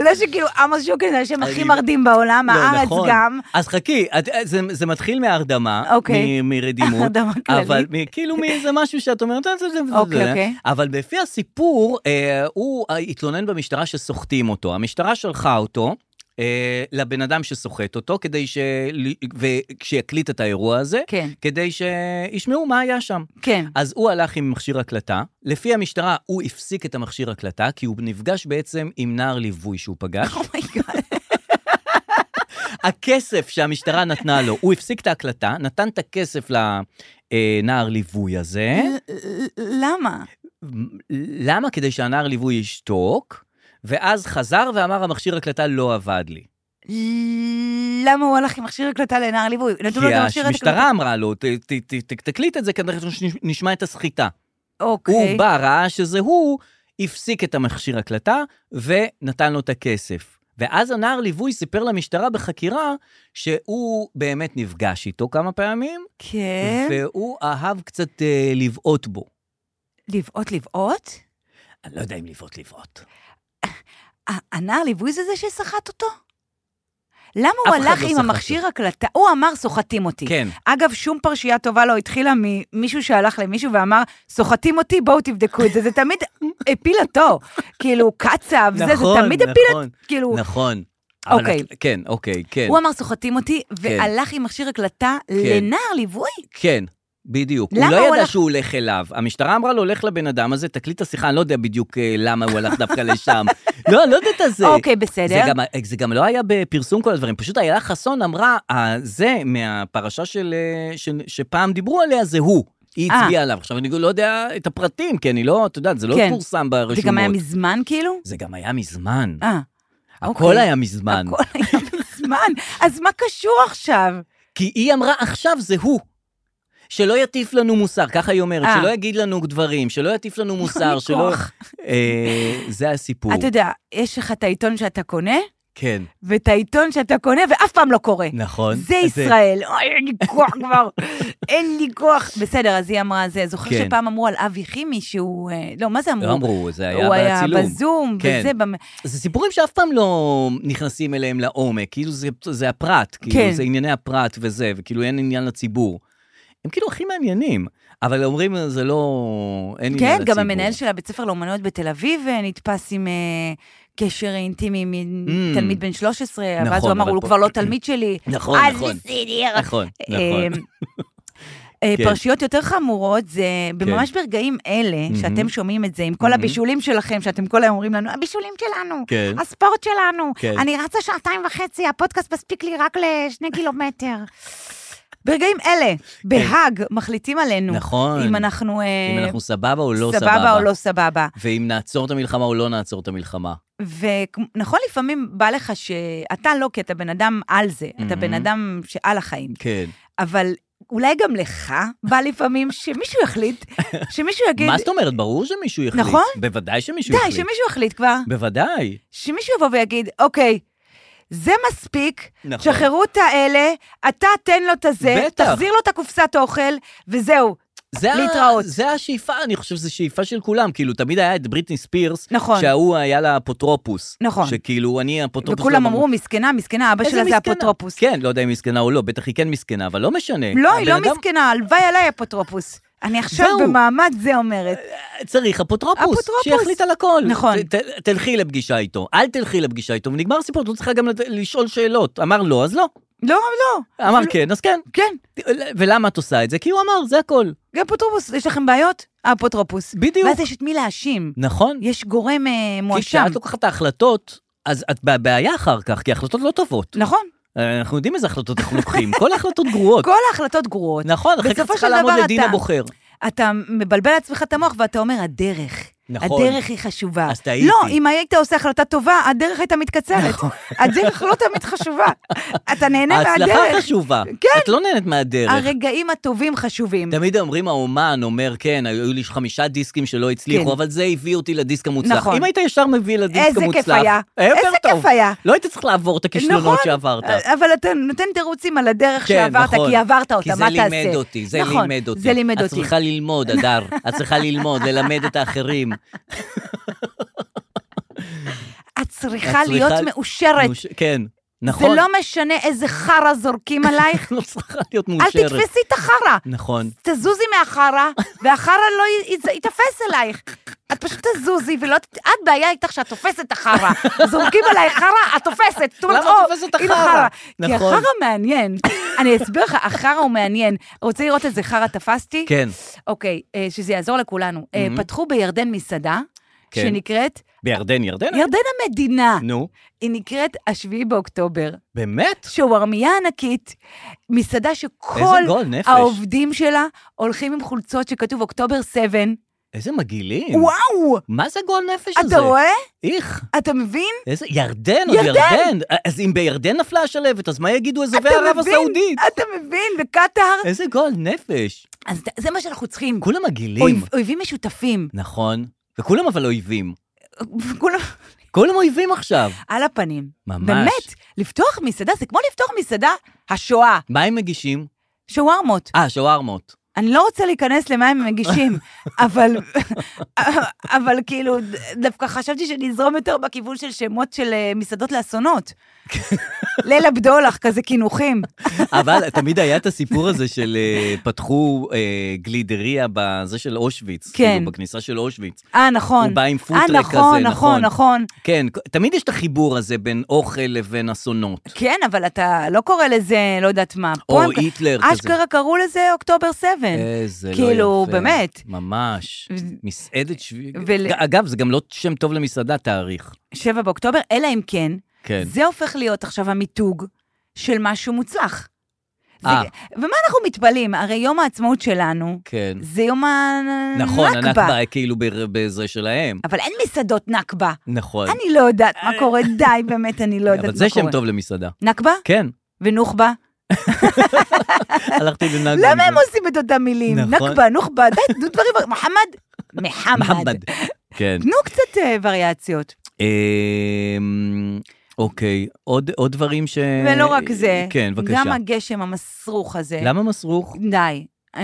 C: לא שכאילו עמוס שוקן זה השם הכי
B: אני-
C: מרדים בעולם,
B: לא,
C: הארץ
B: נכון.
C: גם.
B: אז חכי, את- אה, זה, זה מתחיל מהרדמה,
C: אוקיי.
B: מ- מרדימות,
C: הרדמה כללית.
B: אבל מ- כאילו מאיזה משהו שאת אומרת, "אה, זה, זה, זה,
C: אוקיי,
B: זה."
C: אוקיי.
B: אבל לפי הסיפור, אה, הוא אה, התלונן במשטרה שסוחטים אותו. המשטרה שלחה אותו. אה, לבן אדם שסוחט אותו, כדי ש... וכשיקליט את האירוע הזה,
C: כן.
B: כדי שישמעו מה היה שם.
C: כן.
B: אז הוא הלך עם מכשיר הקלטה. לפי המשטרה, הוא הפסיק את המכשיר הקלטה, כי הוא נפגש בעצם עם נער ליווי שהוא פגש.
C: Oh אומייגאד.
B: הכסף שהמשטרה נתנה לו, הוא הפסיק את ההקלטה, נתן את הכסף לנער ליווי הזה.
C: למה?
B: למה? כדי שהנער ליווי ישתוק, ואז חזר ואמר, המכשיר הקלטה לא עבד לי.
C: למה הוא הלך עם מכשיר הקלטה לנער ליווי? נתנו לו
B: כי
C: את המכשיר הקלטה.
B: המשטרה אמרה לו, "ת- ת- ת- ת- תקליט את זה, כנראה שנשמע את הסחיטה.
C: אוקיי.
B: הוא בא, ראה שזה הוא, הפסיק את המכשיר הקלטה ונתן לו את הכסף. ואז הנער ליווי סיפר למשטרה בחקירה שהוא באמת נפגש איתו כמה פעמים,
C: כן.
B: והוא אהב קצת אה, לבעוט בו.
C: לבעוט לבעוט?
B: אני לא יודע אם לבעוט לבעוט.
C: אה, ה- הנער ליווי זה זה שסחט אותו? למה הוא
B: אף אחד
C: הלך
B: לא
C: עם
B: סחט
C: המכשיר הקלטה? הוא אמר, סוחטים אותי.
B: כן.
C: אגב, שום פרשייה טובה לא התחילה ממישהו שהלך למישהו ואמר, סוחטים אותי, בואו תבדקו את זה. זה תמיד הפיל אותו. כאילו, קצב, זה, זה
B: נכון,
C: תמיד הפיל
B: נכון,
C: את... כאילו,
B: נכון. אבל
C: אוקיי.
B: את- כן, אוקיי, כן.
C: הוא אמ- אמר, סוחטים אותי, והלך עם מכשיר הקלטה לנער ליווי.
B: כן, בדיוק. הוא
C: למה
B: לא
C: הוא
B: ידע
C: הלך-
B: שהוא הולך אליו. המשטרה אמרה לו, הולך לבן אדם הזה, תקליט את השיחה, אני לא יודע בדיוק אה, למה הוא הלך דווקא לשם. לא, אני לא יודעת את זה.
C: אוקיי, בסדר.
B: זה גם, זה גם לא היה בפרסום כל הדברים, פשוט איילה חסון אמרה, "אה, זה מהפרשה של, אה, ש, שפעם דיברו עליה, זה הוא. היא
C: אה.
B: הצביעה עליו. עכשיו, אני לא יודע את הפרטים, כי אני לא, את יודעת, זה לא
C: כן.
B: פורסם
C: זה
B: ברשומות.
C: גם היה מזמן, כאילו?
B: זה גם היה מזמן.
C: אה,
B: הכל
C: אוקיי.
B: היה מזמן.
C: הכל היה מזמן. אז מה קשור עכשיו?
B: כי היא אמרה, עכשיו זה הוא. שלא יטיף לנו מוסר, ככה היא אומרת,
C: אה.
B: שלא יגיד לנו דברים, שלא יטיף לנו מוסר,
C: לי
B: שלא...
C: כוח.
B: אה, זה הסיפור.
C: אתה יודע, יש לך את העיתון שאתה קונה,
B: כן,
C: ואת העיתון שאתה קונה ואף פעם לא קורא.
B: נכון.
C: זה ישראל, אוי, אין לי כוח כבר, אין לי כוח. בסדר, אז היא אמרה זה. זוכר
B: כן.
C: שפעם אמרו על אבי חימי שהוא... אה, לא, מה זה אמרו?
B: לא אמרו, זה היה
C: הוא היה
B: בצילום.
C: בזום,
B: כן.
C: וזה... במ-
B: זה סיפורים שאף פעם לא נכנסים אליהם לעומק, כאילו זה, זה הפרט, כאילו
C: כן.
B: זה ענייני הפרט וזה, וכאילו אין עניין לציבור. הם כאילו הכי מעניינים, אבל אומרים זה לא... אין עניין
C: כן,
B: לציבור.
C: גם המנהל של הבית ספר לאומנויות בתל אביב אה, נתפס עם... אה, קשר אינטימי
B: Mm.
C: מתלמיד בן 13, אבל אז
B: נכון,
C: הוא אמר,
B: אבל
C: הוא
B: פה-
C: כבר לא תלמיד שלי.
B: נכון,
C: אז
B: נכון.
C: בסדר.
B: נכון, נכון.
C: אה, אה,
B: כן.
C: פרשיות יותר חמורות זה ממש ברגעים אלה, שאתם שומעים את זה, עם כל הבישולים שלכם, שאתם כל היום אומרים לנו, הבישולים שלנו,
B: כן.
C: הספורט שלנו,
B: כן.
C: אני רצה שעתיים וחצי, הפודקאסט מספיק לי רק לשני קילומטר. ברגעים אלה, בהאג, מחליטים עלינו.
B: כן. נכון.
C: אם אנחנו... אה,
B: אם אנחנו סבבה או לא סבבה.
C: סבבה או לא סבבה.
B: ואם נעצור את המלחמה או לא נעצור את המלחמה.
C: ונכון, נכון, לפעמים בא לך שאתה לא, כי אתה בן אדם על זה, אתה בן אדם שעל החיים.
B: כן.
C: אבל אולי גם לך בא לפעמים שמישהו יחליט, שמישהו יגיד,
B: מה זאת אומרת? ברור שמישהו יחליט.
C: כן. נכון?
B: בוודאי שמישהו
C: די,
B: יחליט.
C: שמישהו יחליט כבר,
B: בוודאי.
C: שמישהו יבוא ויגיד, אוקיי, זה מספיק,
B: נכון.
C: שחררו את האלה, אתה תן לו את הזה,
B: בטח.
C: תחזיר לו את הקופסת אוכל, וזהו.
B: זה ה-
C: להתראות.
B: זה השאיפה, אני חושב שזו שאיפה של כולם. כאילו, תמיד היה את בריטני ספירס,
C: נכון.
B: שההוא היה לה אפוטרופוס.
C: נכון.
B: שכאילו, אני אפוטרופוס.
C: וכולם
B: לא
C: אמרו, מסכנה, מסכנה, אבא
B: איזה
C: שלה זה
B: מסכנה?"
C: אפוטרופוס.
B: כן, לא יודע אם מסכנה או לא, בטח היא כן מסכנה, אבל לא משנה.
C: לא, היא
B: הבן
C: לא
B: אדם
C: מסכנה, הלוואי עליי אפוטרופוס. אני עכשיו
B: זהו.
C: במעמד זה אומרת.
B: צריך אפוטרופוס,
C: אפוטרופוס.
B: שיחליט על הכל.
C: נכון.
B: ת, ת, תלכי לפגישה איתו, אל תלכי לפגישה איתו, ונגמר הסיפור, את לא צריכה גם לת- לשאול שאלות. אמר לא, אז לא.
C: לא, לא.
B: אמר כן, אז כן.
C: כן,
B: ולמה את עושה את זה? כי הוא אמר, זה הכל.
C: אפוטרופוס, יש לכם בעיות? אפוטרופוס.
B: בדיוק.
C: ואז יש את מי להאשים.
B: נכון?
C: יש גורם אה,
B: כי
C: מואשם.
B: כשאת לוקחת את ההחלטות, אז את בבעיה אחר כך, כי ההחלטות לא טובות.
C: נכון.
B: אנחנו יודעים איזה החלטות אנחנו לוקחים, כל ההחלטות גרועות.
C: כל ההחלטות גרועות.
B: נכון, אחרי כך
C: בסופו
B: צריכה
C: של
B: לעמוד
C: דבר
B: לדין
C: אתה-
B: הבוחר.
C: אתה מבלבל לעצמך את המוח ואתה אומר, הדרך.
B: נכון.
C: הדרך היא חשובה.
B: אז טעיתי. נכון.
C: לא, אם היית עושה החלטה טובה, הדרך הייתה מתקצרת. הדרך לא תמיד חשובה. אתה נהנה מהדרך.
B: ההצלחה חשובה.
C: כן.
B: את לא נהנית מהדרך.
C: הרגעים הטובים חשובים.
B: תמיד אומרים, האומן אומר, כן, היו לי חמישה דיסקים שלא הצליחו,
C: כן.
B: אבל זה הביא אותי לדיסק המוצלח.
C: נכון.
B: אם היית ישר מביא לדיסק
C: איזה
B: המוצלח,
C: כיף היה.
B: היה יותר
C: איזה
B: טוב.
C: כיף היה.
B: לא היית צריך לעבור את הכישלונות לא שעברת.
C: נכון, אה, אבל אתה נותן תירוצים על
B: כן,
C: הדרך שעברת,
B: נכון.
C: כי עברת אותה,
B: כי
C: מה
B: זה
C: תעשה?
B: לימד אותי, זה
C: נכון,
B: לימד אותי.
C: זה לימד
B: את
C: אותי.
B: צריכה ללמוד, הדר. את צריכה ללמוד, ללמד את האחרים.
C: את
B: את
C: צריכה להיות מאושרת.
B: מאוש- כן,
C: זה
B: נכון.
C: לא משנה איזה חרא זורקים עלייך,
B: לא צריכה להיות
C: אל
B: מאושרת.
C: תתפסי את החרא.
B: נכון.
C: תזוזי מהחרא, והחרא לא י- י- ייתפס אלייך. את פשוט תזוזי, ולא... ת- את בעיה איתך שאת תופסת את החרא. זורקים עלייך חרא, את תופסת. זאת אומרת,
B: למה את
C: "או,
B: תופסת את
C: הנה
B: החרא?"
C: כי
B: נכון.
C: החרא מעניין. אני אסביר לך, החרא הוא מעניין. רוצה לראות איזה חרא תפסתי?
B: כן.
C: אוקיי, אה, שזה יעזור לכולנו. אה, פתחו בירדן מסעדה,
B: כן.
C: שנקראת
B: בירדן, ירדן?
C: ירדן המדינה.
B: נו,
C: היא נקראת השביעי באוקטובר.
B: באמת?
C: שווארמיה ענקית, מסעדה שכל
B: איזה גועל נפש.
C: העובדים שלה הולכים עם חולצות שכתוב אוקטובר 7.
B: איזה מגעילים.
C: וואו!
B: מה זה גועל נפש הזה?
C: אתה רואה?
B: איך.
C: אתה מבין?
B: איזה... ירדן, עוד
C: ירדן!
B: ירדן. אז אם בירדן נפלה השלבת, אז מה יגידו
C: אתה
B: אזובי ערב
C: מבין?
B: הסעודית?
C: אתה מבין? בקטאר?
B: איזה גועל נפש.
C: אז ת- זה מה שאנחנו צריכים.
B: כולם מגעילים.
C: אויב- אויבים משותפים.
B: נכון. וכולם אבל אויבים.
C: כולם
B: כולם אויבים עכשיו.
C: על הפנים.
B: ממש.
C: באמת, לפתוח מסעדה זה כמו לפתוח מסעדה השואה.
B: מה הם מגישים?
C: שווארמות.
B: אה, שווארמות.
C: אני לא רוצה להיכנס למה הם מגישים, אבל, אבל כאילו, דווקא חשבתי שנזרום יותר בכיוון של שמות של אה, מסעדות לאסונות. ליל הבדולח, כזה קינוחים.
B: אבל תמיד היה את הסיפור הזה של אה, פתחו אה, גלידריה בזה של אושוויץ.
C: כן.
B: כאילו, בכניסה של אושוויץ.
C: אה, נכון.
B: הוא בא עם פוטרק
C: אה,
B: כזה,
C: נכון, נכון, נכון.
B: כן, תמיד יש את החיבור הזה בין אוכל לבין אסונות.
C: כן, אבל אתה לא קורא לזה, לא יודעת מה. פה
B: או
C: הם-
B: היטלר כזה.
C: אשכרה קראו לזה אוקטובר 7.
B: איזה לא יפה.
C: כאילו, באמת.
B: ממש.
C: ו-
B: מסעדת שביעי.
C: ול-
B: אגב, זה גם לא שם טוב למסעדה, תאריך.
C: 7 באוקטובר, אלא אם כן,
B: כן.
C: זה הופך להיות עכשיו המיתוג של משהו מוצלח. זה-
B: אה.
C: ומה אנחנו מתפלאים? הרי יום העצמאות שלנו,
B: כן.
C: זה יום הנכבה.
B: נכון, הנכבה כאילו בר- בזה שלהם.
C: אבל אין מסעדות נכבה.
B: נכון.
C: אני לא יודעת מה קורה, די, באמת, אני לא יודעת מה
B: אבל זה
C: קורה.
B: שם טוב למסעדה.
C: נכבה
B: כן,
C: ונוח'בה?
B: הלכתי לנגן.
C: למה הם עושים את אותם מילים?
B: לא- נכון.
C: נכבה, נוח'בה, די, תנו דברים... מוחמד? מחמד.
B: מחמד. כן.
C: תנו קצת אה, וריאציות.
B: אמ, אוקיי, עוד עוד דברים ש...
C: ולא רק זה,
B: כן, בבקשה.
C: גם הגשם המסרוך הזה.
B: למה מסרוך?
C: די. אמ,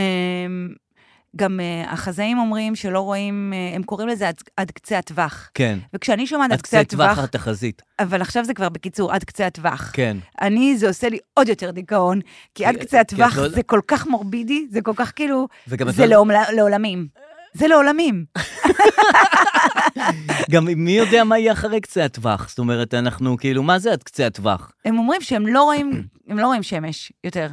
C: גם אה, החזאים אומרים שלא רואים, אה, הם קוראים לזה עד, עד קצה הטווח.
B: כן.
C: וכשאני שומעת
B: עד
C: עד קצה הטווח,
B: התחזית.
C: אבל עכשיו זה כבר בקיצור עד קצה הטווח.
B: כן.
C: אני, זה עושה לי עוד יותר דיכאון, כי עד
B: אה,
C: קצה הטווח
B: לא-
C: זה כל כך מורבידי, זה כל כך כאילו,
B: וגם את
C: זה
B: לא-
C: לעומל- לעולמים. זה לעולמים.
B: גם מי יודע מה יהיה אחרי קצה הטווח? זאת אומרת, אנחנו כאילו, מה זה עד קצה הטווח?
C: הם אומרים שהם לא רואים, הם לא רואים שמש יותר.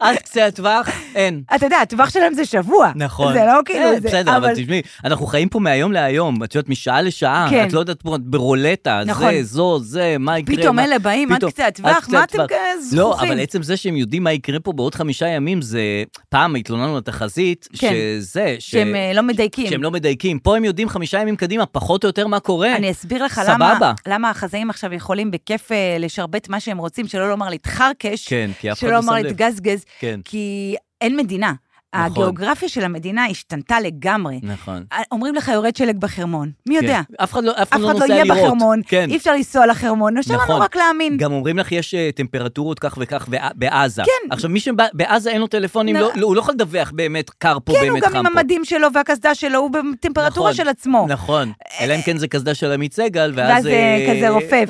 B: עד קצה הטווח, אין.
C: אתה יודע, הטווח שלהם זה שבוע.
B: נכון.
C: זה לא כאילו,
B: אה,
C: זה...
B: בסדר, אבל תשמעי, אנחנו חיים פה מהיום להיום, את יודעת, משעה לשעה.
C: כן.
B: את לא יודעת פה, את ברולטה,
C: נכון.
B: זה, זו, זה, מה יקרה.
C: פתאום
B: מה-
C: אלה באים עד
B: פתאום,
C: קצה הטווח,
B: עד קצה
C: מה אתם
B: הטווח.
C: כאלה
B: לא,
C: זחוחים?
B: אבל עצם זה שהם יודעים מה יקרה פה בעוד חמישה ימים, זה... פעם התלוננו לתחזית,
C: כן.
B: שזה... ש-
C: שהם אה, לא מדייקים.
B: שהם לא מדייקים. פה הם יודעים חמישה ימים קדימה, פחות או יותר מה קורה.
C: אני אסביר לך
B: סבבה.
C: למה, למה החזאים עכשיו יכולים בכיף אה, לשרבט מה שהם רוצים, שלא לומר להתחרקש,
B: כן, כי אף אחד
C: שלא
B: לא
C: לומר
B: שם לב.
C: להתגזגז,
B: כן.
C: כי אין מדינה.
B: נכון.
C: הגיאוגרפיה של המדינה השתנתה לגמרי. אה,
B: נכון.
C: אומרים לך יורד שלג בחרמון, מי יודע?
B: כן. אף אחד לא, אף
C: אף
B: אחד לא
C: אחד לא
B: נוסע
C: יהיה
B: לראות.
C: בחרמון,
B: כן.
C: אי אפשר לנסוע לחרמון, אפשר לנו לא רק להאמין.
B: נכון. גם אומרים לך, יש אה, טמפרטורות כך וכך בע- בעזה.
C: כן.
B: עכשיו, מי שבעזה אין לו טלפונים,
C: נ-
B: לא, לא, הוא לא יכול לדווח באמת קר פה,
C: כן, הוא
B: באמת חם
C: גם
B: פה.
C: עם המדים שלו והקסדה שלו, הוא בטמפרטורה
B: נכון,
C: של עצמו. אה,
B: נכון. אלא אם כן זה קסדה של עמית סגל, ואז...
C: ואז אה,
B: אה,
C: כזה רופף.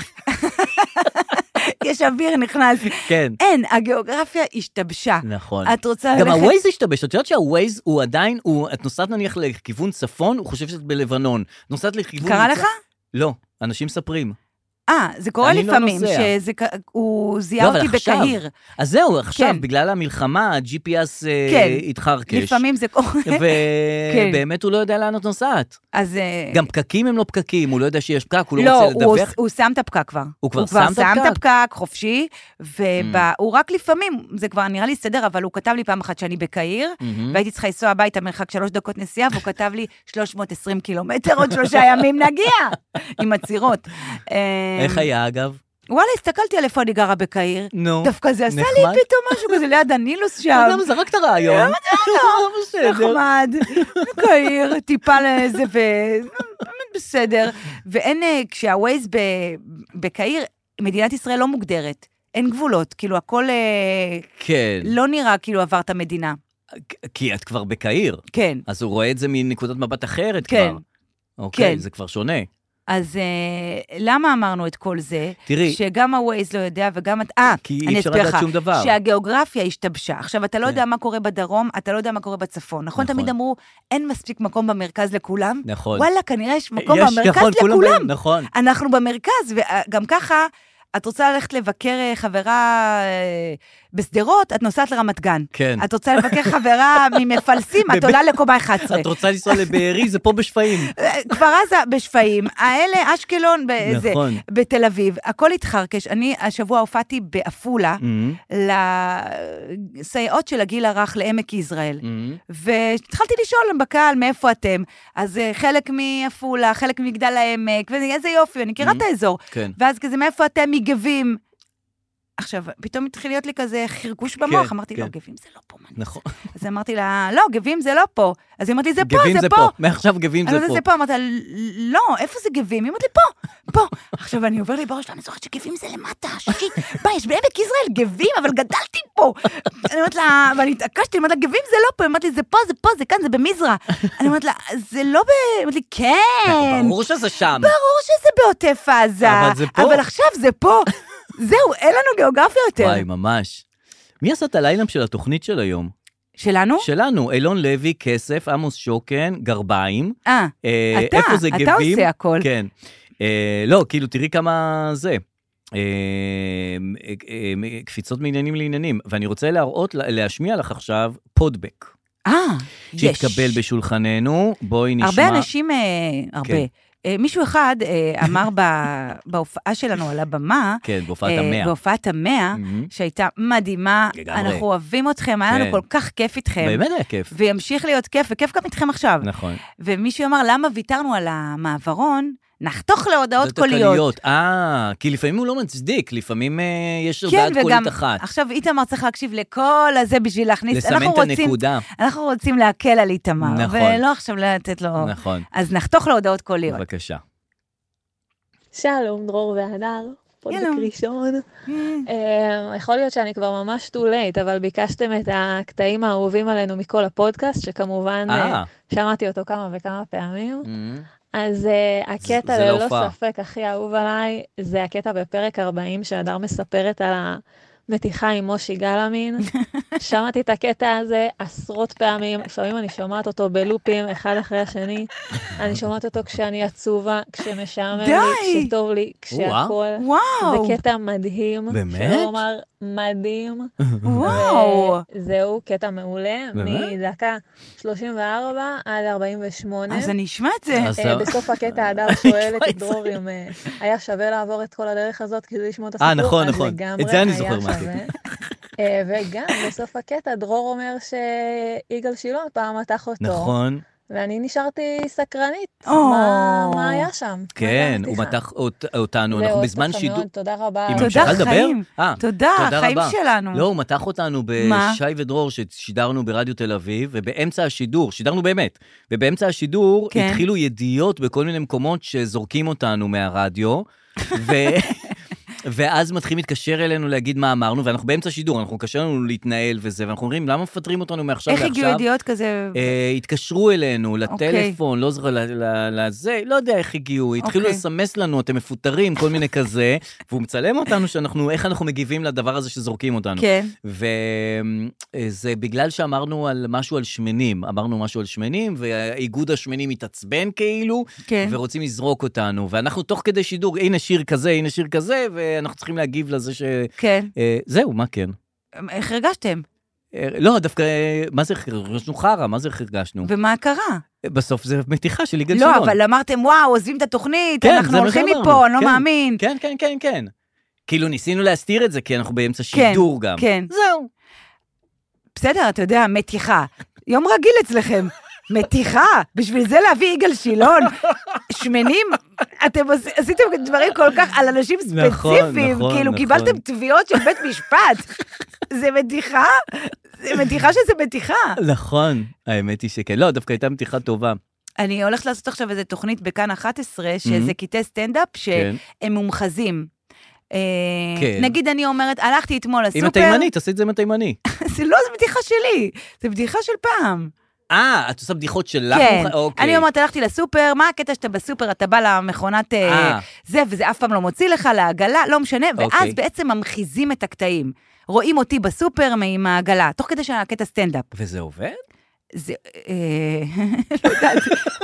C: יש אוויר נכנס.
B: כן.
C: אין, הגיאוגרפיה השתבשה.
B: נכון.
C: את רוצה
B: גם
C: ללכת...
B: הווייז השתבש, את יודעת שהווייז הוא עדיין, הוא, את נוסעת נניח לכיוון צפון, הוא חושב שאת בלבנון. את נוסעת לכיוון...
C: קרה
B: מצ-
C: לך?
B: לא, אנשים מספרים.
C: אה, זה קורה
B: אני לא
C: לפעמים,
B: נוסע.
C: שזה ק- הוא זיהה
B: לא, אבל
C: אותי
B: עכשיו.
C: בקהיר.
B: אז זהו, עכשיו,
C: כן.
B: בגלל המלחמה, ה-GPS אה,
C: כן.
B: התחרקש.
C: לפעמים זה קורה. כן.
B: ובאמת הוא לא יודע לאן את נוסעת.
C: אז... אה,
B: גם פקקים הם לא פקקים, הוא לא יודע שיש פקק, הוא לא,
C: לא,
B: רוצה
C: הוא
B: לדווח.
C: עוש- הוא שם את הפקק כבר.
B: הוא כבר שם את
C: הוא כבר
B: הפקק? Mm.
C: שם את הפקק, חופשי, והוא רק לפעמים, זה כבר נראה לי סדר, אבל הוא כתב לי פעם אחת שאני בקהיר,
B: מהמם.
C: והייתי צריכה לנסוע הביתה מרחק שלוש דקות נסיעה, והוא כתב לי 320 קילומטר, עוד שלושה ימים נגיע, עם עצירות. אה,
B: איך היה אגב?
C: וואלה, הסתכלתי על איפה אני גרה בקהיר.
B: נו,
C: דווקא זה עשה לי
B: נחמד.
C: פתאום משהו כזה ליד הנילוס
B: אתה
C: שם.
B: יודע מה, זרקת
C: לא,
B: רעיון. בסדר.
C: נחמד, קהיר, טיפה לזה, ו... באמת בסדר. ואין, אה, כשהווייז ב- בקהיר, מדינת ישראל לא מוגדרת. אין גבולות, כאילו הכל אה,
B: כן,
C: לא נראה כאילו עברת מדינה.
B: כי את כבר בקהיר,
C: כן,
B: אז הוא רואה את זה מנקודת מבט אחרת
C: כן.
B: כבר. אוקיי,
C: כן.
B: זה כבר שונה.
C: אז אה, למה אמרנו את כל זה?
B: תראי-
C: שגם הווייז לא יודע וגם... את- אה,
B: כי אי
C: אני
B: אפשר
C: אסביר
B: לדעת
C: לך,
B: שום דבר.
C: שהגיאוגרפיה השתבשה. עכשיו, אתה לא
B: כן.
C: יודע מה קורה בדרום, אתה לא יודע מה קורה בצפון. נכון?
B: נכון.
C: תמיד אמרו, אין מספיק מקום במרכז לכולם.
B: נכון.
C: וואלה, כנראה יש מקום
B: יש,
C: במרכז
B: נכון, כולם
C: לכולם.
B: באים, נכון.
C: אנחנו במרכז, וגם ככה, את רוצה ללכת לבקר אה, חברה אה, בשדרות, את נוסעת לרמת גן.
B: כן.
C: את רוצה לבקר חברה ממפלסים, את
B: בבית-
C: עולה לקומה 11.
B: את רוצה לנסוע לבארי, זה פה בשפיים.
C: אה, כפר עזה בשפיים, האלה אשקלון, בזה,
B: נכון.
C: בתל אביב, הכל התחרקש. אני השבוע הופעתי בעפולה
B: מהמם,
C: לסייעות של הגיל הרך לעמק יזרעאל.
B: מהמם.
C: והתחלתי לשאול בקהל מאיפה אתם. אז אה, חלק מעפולה, חלק ממגדל העמק, ואיזה יופי, אני מכירה את האזור.
B: כן.
C: ואז כזה, מאיפה אתם מגבים? עכשיו, פתאום התחיל להיות לי כזה חרקוש במוח, אמרתי, לא,
B: כן.
C: גבים זה לא פה. מה אני-
B: נכון.
C: אז אמרתי לה, לא, גבים זה לא פה. אז היא אמרת לי, זה פה,
B: גבים
C: זה פה.
B: מעכשיו גבים
C: אז
B: זה
C: זה
B: פה.
C: פה, אמרת, לה, לא, איפה זה לא, גבים? היא אמרת לי, פה, פה. עכשיו, אני עובר לי בראש, אני זוכרת שגבים זה למטה, שיט, יש בעמק יזרעאל גבים, אבל גדלתי פה. אני אומרת לה, ואני התעקשתי, אני אומרת לה, גבים זה לא פה, היא אומרת לי, זה פה, זה פה, זה כאן, זה במזרע. אני אומרת לה, זה לא ב... היא אומרת לי, כן.
B: ברור שזה שם.
C: ברור שזה בעוטף עזה.
B: אבל זה פה.
C: אבל עכשיו זה פה. זהו, אין לנו גיאוגרפיה יותר.
B: וואי, ממש. מי עשה את הליילם של התוכנית של היום?
C: שלנו?
B: שלנו, אילון לוי, כסף, עמוס שוקן, גרביים.
C: אה,
B: אה,
C: אתה,
B: איפה זה
C: אתה
B: גבים?
C: עושה הכל.
B: כן. אה, לא, כאילו, תראי כמה זה. אה, אה, אה, קפיצות מעניינים לעניינים. ואני רוצה להראות, לה- להשמיע לך עכשיו פודבק.
C: אה, יש.
B: שהתקבל בשולחננו, בואי נשמע.
C: הרבה אנשים, אה, הרבה.
B: כן.
C: אה, מישהו אחד אה, אמר ב- בהופעה שלנו על הבמה,
B: כן, בהופעת
C: אה,
B: המאה.
C: בהופעת המאה,
B: מהמם.
C: שהייתה מדהימה,
B: לגמרי.
C: אנחנו אוהבים אתכם, היה לנו
B: כן.
C: כל כך כיף איתכם.
B: באמת היה כיף.
C: וימשיך להיות כיף, וכיף גם איתכם עכשיו.
B: נכון.
C: ומישהו אמר, למה ויתרנו על המעברון? נחתוך להודעות
B: זאת
C: קוליות.
B: הקליות. אה, כי לפעמים הוא לא מצדיק, לפעמים אה, יש
C: כן,
B: הודעת
C: וגם,
B: קולית אחת.
C: עכשיו איתמר צריך להקשיב לכל הזה בשביל להכניס,
B: לסמן
C: אנחנו
B: את
C: רוצים-
B: הנקודה.
C: אנחנו רוצים להקל על איתמר,
B: נכון.
C: ולא עכשיו לתת לו...
B: נכון.
C: אז נחתוך להודעות קוליות.
B: בבקשה.
F: שלום, דרור והדר, פודק
C: שלום.
F: ראשון.
B: נכון.
C: Mm,
F: אה, יכול להיות שאני כבר ממש too late, אבל ביקשתם את הקטעים האהובים עלינו מכל הפודקאסט, שכמובן אה,
B: אה,
F: שמעתי אותו כמה וכמה פעמים.
B: מ,
F: אז אה, הקטע
B: זה לא
F: ללא
B: הופעה.
F: ספק הכי אהוב עליי, זה הקטע בפרק 40, שהדר מספרת על המתיחה עם מושי גלאמין. שמעתי את הקטע הזה עשרות פעמים, לפעמים אני שומעת אותו בלופים אחד אחרי השני. אני שומעת אותו כשאני עצובה, כשמשעמם
C: די!
F: לי, כשטוב לי, כשהכול.
C: וואו,
F: זה קטע מדהים.
B: באמת?
F: שלא לומר מדהים.
B: אה,
C: וואו.
F: זהו, קטע מעולה.
B: באמת?
F: מדקה 34 עד 48.
C: אז אני אשמע את זה.
B: אז- לא.
F: אה, בסוף הקטע הדר שואלת את דרור אם אה, היה שווה לעבור את כל הדרך הזאת כדי לשמוע את הסיפור.
B: אה, נכון,
F: אז
B: נכון.
F: לגמרי
B: את זה אני
F: היה
B: זוכר מהקטע.
F: שווה. אה, וגם בסוף הקטע דרור אומר שיגאל שילון פעם מתח אותו.
B: נכון.
F: ואני נשארתי סקרנית.
C: או.
F: מה מה היה שם? מה
B: כן,
F: זה
B: הוא
F: המתיחה?
B: מתח אות- אותנו,
F: זהו,
B: אנחנו
F: אוהבת
B: בזמן
F: אותך
B: שידור.
F: מאוד, תודה רבה.
B: היא
C: תודה,
B: ממשיכה לדבר?
C: חיים.
B: אה,
C: תודה, החיים
B: רבה.
C: שלנו.
B: לא, הוא מתח אותנו
C: מה?
B: בשי ודרור ששידרנו ברדיו תל אביב, ובאמצע השידור, שידרנו באמת, ובאמצע השידור
C: כן.
B: התחילו ידיעות בכל מיני מקומות שזורקים אותנו מהרדיו, ו... ואז מתחילים להתקשר אלינו להגיד מה אמרנו, ואנחנו באמצע שידור, אנחנו קשה לנו להתנהל וזה, ואנחנו אומרים, למה מפטרים אותנו מעכשיו
C: איך
B: לעכשיו?
C: הגיעו ידיעות כזה?
B: אה, התקשרו אלינו,
C: אוקיי.
B: לטלפון, לא זוכר, ל- ל- לזה, לא יודע איך הגיעו, התחילו
C: אוקיי.
B: לסמס לנו, אתם מפוטרים, כל מיני כזה, והוא מצלם אותנו, שאנחנו, איך אנחנו מגיבים לדבר הזה שזורקים אותנו.
C: כן.
B: וזה בגלל שאמרנו על משהו על שמנים, אמרנו משהו על שמנים, ואיגוד השמנים התעצבן כאילו,
C: כן.
B: ורוצים לזרוק אותנו, ואנחנו תוך כדי שידור, הנה שיר כזה, הנה שיר כזה, ואנחנו צריכים להגיב לזה ש...
C: כן.
B: אה, זהו, מה כן?
C: איך הרגשתם?
B: אה, לא, דווקא, אה, מה זה הרגשנו חרא? מה זה הרגשנו?
C: ומה קרה?
B: בסוף זה מתיחה של יגאל שילון.
C: לא, אבל אמרתם, וואו, עוזבים את התוכנית,
B: כן, זה
C: אנחנו
B: מה
C: הולכים
B: שאמרנו,
C: מפה, אני לא
B: כן.
C: מאמין.
B: כן, כן, כן, כן. כאילו ניסינו להסתיר את זה, כי אנחנו באמצע שידור גם.
C: כן.
B: זהו.
C: בסדר, אתה יודע, מתיחה. יום רגיל אצלכם. מתיחה, בשביל זה להביא יגאל שילון. שמנים, אתם עוש- עשיתם דברים כל כך על אנשים ספציפיים,
B: נכון, נכון,
C: כאילו
B: נכון.
C: קיבלתם תביעות של בית משפט. זה מתיחה? זה מתיחה שזה מתיחה.
B: נכון, האמת היא שכן. לא, דווקא הייתה מתיחה טובה.
C: אני הולכת לעשות עכשיו איזו תוכנית בכאן 11, שזה
B: מהמם.
C: קטעי סטנדאפ
B: Mm-hmm. כן.
C: שהם מומחזים. אה,
B: כן.
C: נגיד אני אומרת, הלכתי אתמול
B: עם
C: לסופר,
B: התימני, תעשי את זה עם התימני.
C: זה לא, זו בדיחה שלי, זו בדיחה של פעם.
B: אה, את עושה בדיחות שלך?
C: כן.
B: מוכ- אוקיי.
C: אני אומרת, הלכתי לסופר, מה הקטע שאתה בסופר, אתה בא למכונת אה,
B: אה.
C: זה, וזה אף פעם לא מוציא לך, לעגלה, לא משנה, ואז
B: אוקיי.
C: בעצם ממחיזים את הקטעים. רואים אותי בסופר עם העגלה, תוך כדי שהקטע סטנדאפ.
B: וזה עובד?
C: זה, אה, לא יודעת,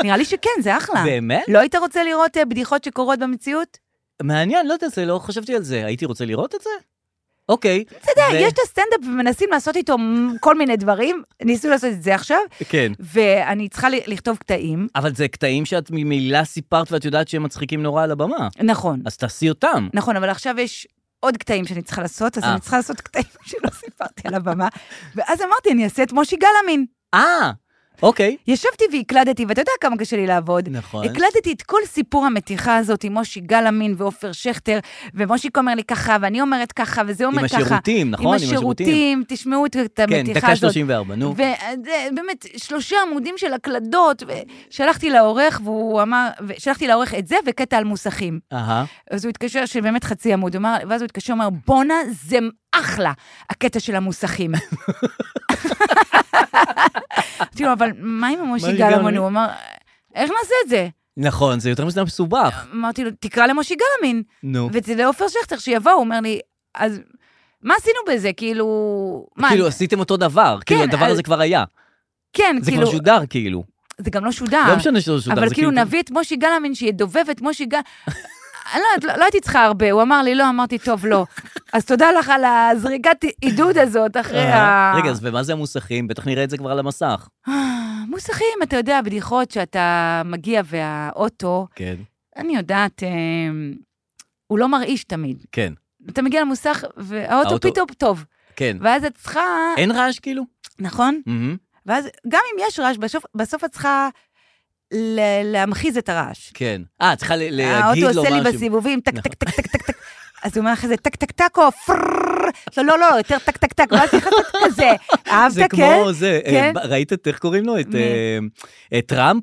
C: נראה לי שכן, זה אחלה.
B: באמת?
C: לא היית רוצה לראות אה, בדיחות שקורות במציאות?
B: מעניין, לא יודע, זה לא חשבתי על זה. הייתי רוצה לראות את זה? אוקיי.
C: אתה יודע, יש את הסטנדאפ ומנסים לעשות איתו מ- כל מיני דברים, ניסו לעשות את זה עכשיו,
B: כן.
C: ואני צריכה ל- לכתוב קטעים.
B: אבל זה קטעים שאת ממילא סיפרת ואת יודעת שהם מצחיקים נורא על הבמה.
C: נכון,
B: אז תעשי אותם.
C: נכון, אבל עכשיו יש עוד קטעים שאני צריכה לעשות, אז
B: אה.
C: אני צריכה לעשות קטעים שלא סיפרתי על הבמה, ואז אמרתי, אני אעשה את מושי גלאמין.
B: אה, אוקיי.
C: ישבתי והקלדתי, ואתה יודע כמה קשה לי לעבוד.
B: נכון.
C: הקלדתי את כל סיפור המתיחה הזאת עם מושי גלאמין ועופר שכטר, ומושיקו אומר לי ככה, ואני אומרת ככה, וזה אומר
B: עם
C: ככה.
B: השירותים, נכון? עם
C: עם
B: השירותים.
C: השירותים, תשמעו את את
B: כן,
C: המתיחה
B: דקה
C: הזאת.
B: 34, נו.
C: ובאמת, שלושה עמודים של הקלדות, שלחתי לעורך, והוא אמר, שלחתי לעורך את זה וקטע על מוסכים.
B: אהה.
C: אז הוא התקשר, שבאמת חצי עמוד, הוא אמר, ואז הוא התקשר, הוא אמר, בואנה, זה אחלה, הקטע של המוסכים. אמרתי לו, אבל מה עם
B: מה
C: מושי
B: עם
C: גלאמון?
B: גלאמין?
C: הוא אמר, איך נעשה את זה?
B: נכון, זה יותר מזה מסובך.
C: אמרתי לו, תקרא למושי גלאמין.
B: נו.
C: וזה לעופר שכטר, שיבוא, הוא אומר לי, אז מה עשינו בזה? כאילו... מה,
B: כאילו, עשיתם אותו דבר. כאילו, הדבר
C: אז-
B: הזה כבר היה.
C: כן,
B: זה
C: כאילו,
B: כבר שודר, כאילו.
C: זה גם לא שודר.
B: לא משנה שזה שודר,
C: אבל
B: זה
C: כאילו נביא את מושי גלאמין שידובב את מושי גל... אני לא, יודעת, לא, לא הייתי צריכה הרבה, הוא אמר לי לא, אמרתי טוב, לא. אז תודה לך על הזריקת עידוד הזאת אחרי ה...
B: אהה. אה, רגע, אז ומה זה המוסכים? בטח נראה את זה כבר על המסך.
C: מוסכים, אתה יודע, בדיחות שאתה מגיע והאוטו,
B: כן.
C: אני יודעת, אה, הוא לא מרעיש תמיד.
B: כן.
C: אתה מגיע למוסך והאוטו
B: האוטו-
C: פתאום טוב,
B: כן.
C: ואז את צריכה,
B: אין רעש, כאילו?
C: נכון?
B: מהמם.
C: ואז גם אם יש רעש, בסוף, בסוף את צריכה ל- להמחיז את הרעש.
B: כן. אה, צריכה ל- להגיד
C: האוטו
B: לו
C: עושה לי
B: משהו.
C: בסיבובים, טק, טק, טק, טק, טק, טק. אז הוא אומר אחרי זה, טק, טק, טק, או פרררר. לא, לא, לא, יותר טק, טק, טק, ואז נכנסת כזה. אהבת,
B: זה
C: כן?
B: כמו זה, אה,
C: כן.
B: ב- ראית את, איך קוראים לו? את
C: מי?
B: אה, את טראמפ?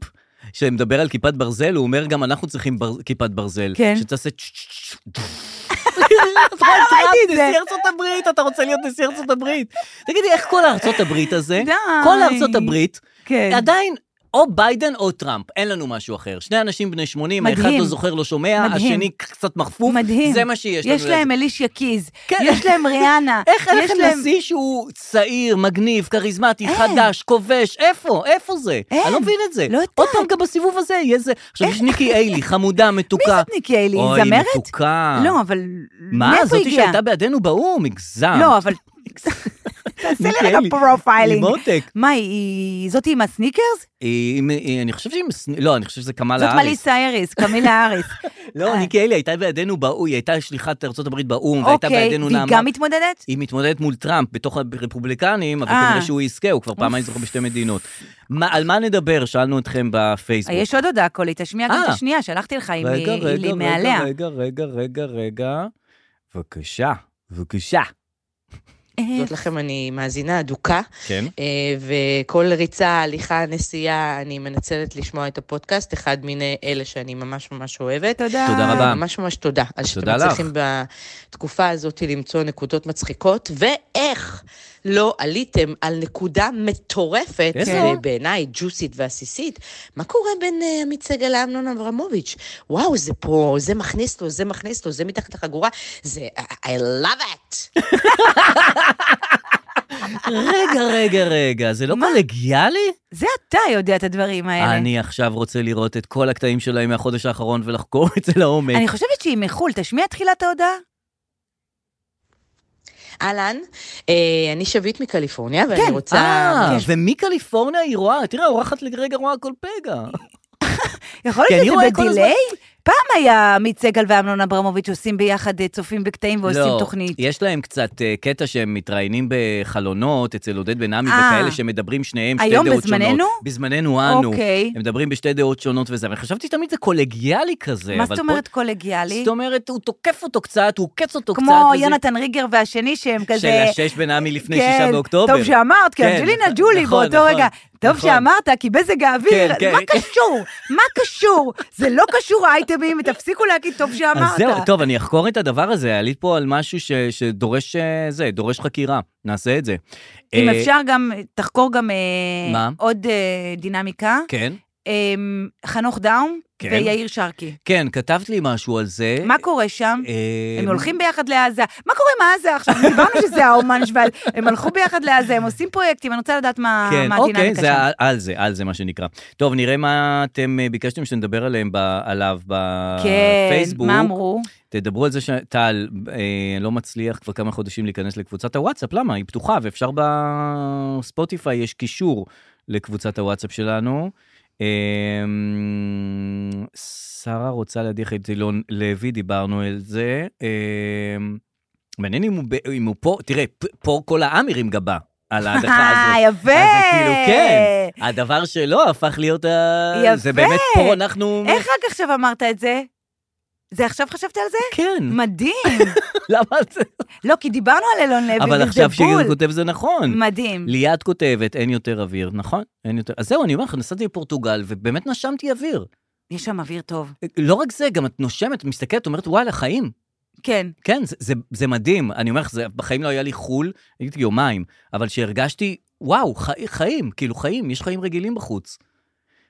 B: שמדבר על כיפת ברזל, הוא אומר גם אנחנו צריכים בר- כיפת ברזל.
C: כן.
B: שתעשה צ' צ' צ' צ' את רואה את
C: ראיתי את
B: טראמפ,
C: זה.
B: נשיא ארצות הברית, אתה רוצה להיות נשיא ארצות הברית. תגידי, איך כל ארצות הברית הזה,
C: די.
B: כל ארצות הברית,
C: כן.
B: עדיין או ביידן או טראמפ, אין לנו משהו אחר. שני אנשים בני 80, האחד
C: מדהים.
B: לא זוכר, לא שומע,
C: מדהים.
B: השני קצת מחפוף,
C: מדהים.
B: זה מה שיש לנו.
C: יש
B: להגיד.
C: להם אלישיה קיז,
B: כן.
C: יש להם ריאנה.
B: איך אין
C: יש
B: לכם
C: להם-
B: נשיא שהוא צעיר, מגניב, כריזמטי,
C: אין.
B: חדש, כובש? איפה? איפה זה?
C: אין.
B: אני לא מבין את זה.
C: לא יודעת.
B: עוד פעם, גם בסיבוב הזה יהיה זה. עכשיו, יש ניקי איילי, חמודה,
C: מי
B: מתוקה.
C: זאת ניקי אלי? היא
B: אוי,
C: זמרת?
B: מתוקה.
C: לא, אבל
B: מה,
C: מאיפה
B: זאתי
C: הגיעה?
B: שהייתה בעדינו באו"ם, הגזם.
C: לא, אבל... תעשה לי
B: ניקי
C: רגע
B: איילי.
C: פרופיילינג.
B: עם עותק.
C: מה, היא... זאתי עם הסניקרס?
B: היא- היא- היא- אני חושב שהיא... מס- לא, אני חושב שזה קמאלה
C: זאת אה.
B: האריס.
C: מליסה אריס, קמילה האריס.
B: לא, ניקי איילי הייתה בעדינו באו"ם, היא הייתה שליחת ארה"ב באו"ם, והייתה
C: אוקיי,
B: בעדינו
C: והיא
B: נעמה.
C: גם מתמודדת?
B: היא מתמודדת מול טראמפ בתוך הרפובליקנים, אבל
C: אה.
B: כנראה שהוא יזכה, הוא כבר פעמיים זוכר בשתי מדינות. מה- על מה נדבר? שאלנו אתכם בפייסבוק.
C: אה, יש עוד הודעה קולית, תשמיע גם את
B: אה.
C: השנייה, שלחתי לך, היא
B: רגע,
C: מ- היא
B: רגע,
C: לי מעליה.
B: רגע, רגע, רגע, רגע. בבקשה, בבקשה.
C: אה,
G: זאת לכם, אני מאזינה אדוקה,
B: כן.
G: אה, וכל ריצה, הליכה, נסיעה, אני מנצלת לשמוע את הפודקאסט, אחד מיני אלה שאני ממש ממש אוהבת. אה,
C: תודה.
B: תודה רבה.
G: ממש ממש תודה. על שאתם
B: תודה לך.
G: מצליחים בתקופה הזאת למצוא נקודות מצחיקות, ואיך לא עליתם על נקודה מטורפת,
B: איזה
G: אה,
B: אור.
G: בעיניי ג'וסית ועסיסית, מה קורה בין אה, עמית סגל לאמנון אברמוביץ'? וואו, זה פה, זה מכניס לו, זה מכניס לו, זה מתחת לחגורה, זה... אה, I love it!
B: רגע, רגע, רגע, זה לא קולגיאלי?
C: זה אתה יודע את הדברים האלה.
B: אני עכשיו רוצה לראות את כל הקטעים שלהם מהחודש האחרון ולחקור את זה לעומק.
C: אני חושבת שהיא מחו"ל, תשמיע את תחילת ההודעה.
G: אהלן, אה, אני שביט מקליפורניה, ואני
C: כן,
G: רוצה...
B: אה, ומקליפורניה היא רואה, תראה, האורחת לרגע רואה כל פגע.
C: יכול
B: כי
C: להיות
B: אני רואה
C: שזה
B: כל הזמן-
C: בדיליי? פעם היה עמית סגל ואמנון אברמוביץ' עושים ביחד אה, צופים בקטעים ועושים
B: לא,
C: תוכנית.
B: יש להם קצת אה, קטע שהם מתראיינים בחלונות אצל עודד בן עמי
C: אה.
B: וכאלה שמדברים שניהם שתי
C: היום
B: דעות שונות.
C: בזמננו?
B: בזמננו אנו.
C: אוקיי.
B: הם מדברים בשתי דעות שונות וזה, אבל חשבתי תמיד זה קולגיאלי כזה.
C: מה
B: אבל
C: זאת
B: פה-
C: אומרת קולגיאלי?
B: זאת אומרת, הוא תוקף אותו קצת, הוא עוקץ אותו קצת.
C: כמו
B: וזה-
C: יונתן ריגר והשני שהם כזה...
B: של השש בן עמי לפני שישה
C: כן,
B: באוקטובר.
C: טוב שאמרת, כי
B: כן,
C: אנג'לינה
B: נכון,
C: ג'ולי
B: נכון,
C: באותו
B: נכון,
C: רגע. טוב
B: נכון.
C: שאמרת, כי מזג האוויר,
B: כן, כן.
C: מה קשור? מה קשור? זה לא קשור האייטמים, תפסיקו להגיד טוב
B: אז
C: שאמרת.
B: זהו, טוב, אני אחקור את הדבר הזה, עלית פה על משהו ש, שדורש אה, זה, דורש חקירה, נעשה את זה.
C: אם
B: אה,
C: אפשר גם, תחקור גם אה,
B: מה?
C: עוד אה, דינמיקה.
B: כן,
C: אה, חנוך דאום
B: כן.
C: ויאיר שרקי.
B: כן, כתבת לי משהו על זה.
C: מה קורה שם?
B: אה,
C: הם הולכים ביחד לעזה. מה קורה עם עזה עכשיו? דיברנו שזה האומן שוואל. הם הלכו ביחד לעזה, הם עושים פרויקטים, אני רוצה לדעת מה
B: כן,
C: מה
B: אוקיי,
C: הדינמיקה
B: זה
C: שם.
B: על, על זה, על זה מה שנקרא. טוב, נראה מה אתם אה, ביקשתם שנדבר עליהם, ב, עליו
C: כן,
B: בפייסבוק.
C: מה אמרו?
B: תדברו על זה שטל אה, לא מצליח כבר כמה חודשים להיכנס לקבוצת הוואטסאפ, למה? היא פתוחה ואפשר בספוטיפיי, יש קישור לקבוצת הוואטסאפ שלנו. אה, שרה רוצה להדיח את אילון לוי, דיברנו על אמ, זה. אה, מעניין אם הוא, ב- אם הוא פה, תראה, פ- פה כל העם הרים גבה. על ההדחה
C: אה,
B: הזאת.
C: יפה.
B: אז זה כאילו, כן, הדבר שלו הפך להיות ה...
C: יפה.
B: זה באמת פה אנחנו...
C: איך רק עכשיו אמרת את זה? זה עכשיו חשבת על זה?
B: כן,
C: מדהים.
B: למה זה...
C: לא, כי דיברנו על אלון לוי,
B: אבל
C: וזה
B: עכשיו
C: בול.
B: שגיל כותב זה נכון.
C: מדהים.
B: ליאת כותבת, אין יותר אוויר, נכון? אין יותר... אז זהו, אני אומר לך, נסעתי לפורטוגל, ובאמת נשמתי אוויר.
C: יש שם אוויר טוב.
B: לא רק זה, גם את נושמת, מסתכלת, אומרת, וואלה, חיים.
C: כן.
B: כן, זה, זה, זה מדהים. אני אומר לך, זה- בחיים לא היה לי חו"ל, הייתי יומיים, אבל שהרגשתי, וואו, חי, חיים, כאילו חיים, יש חיים רגילים בחוץ.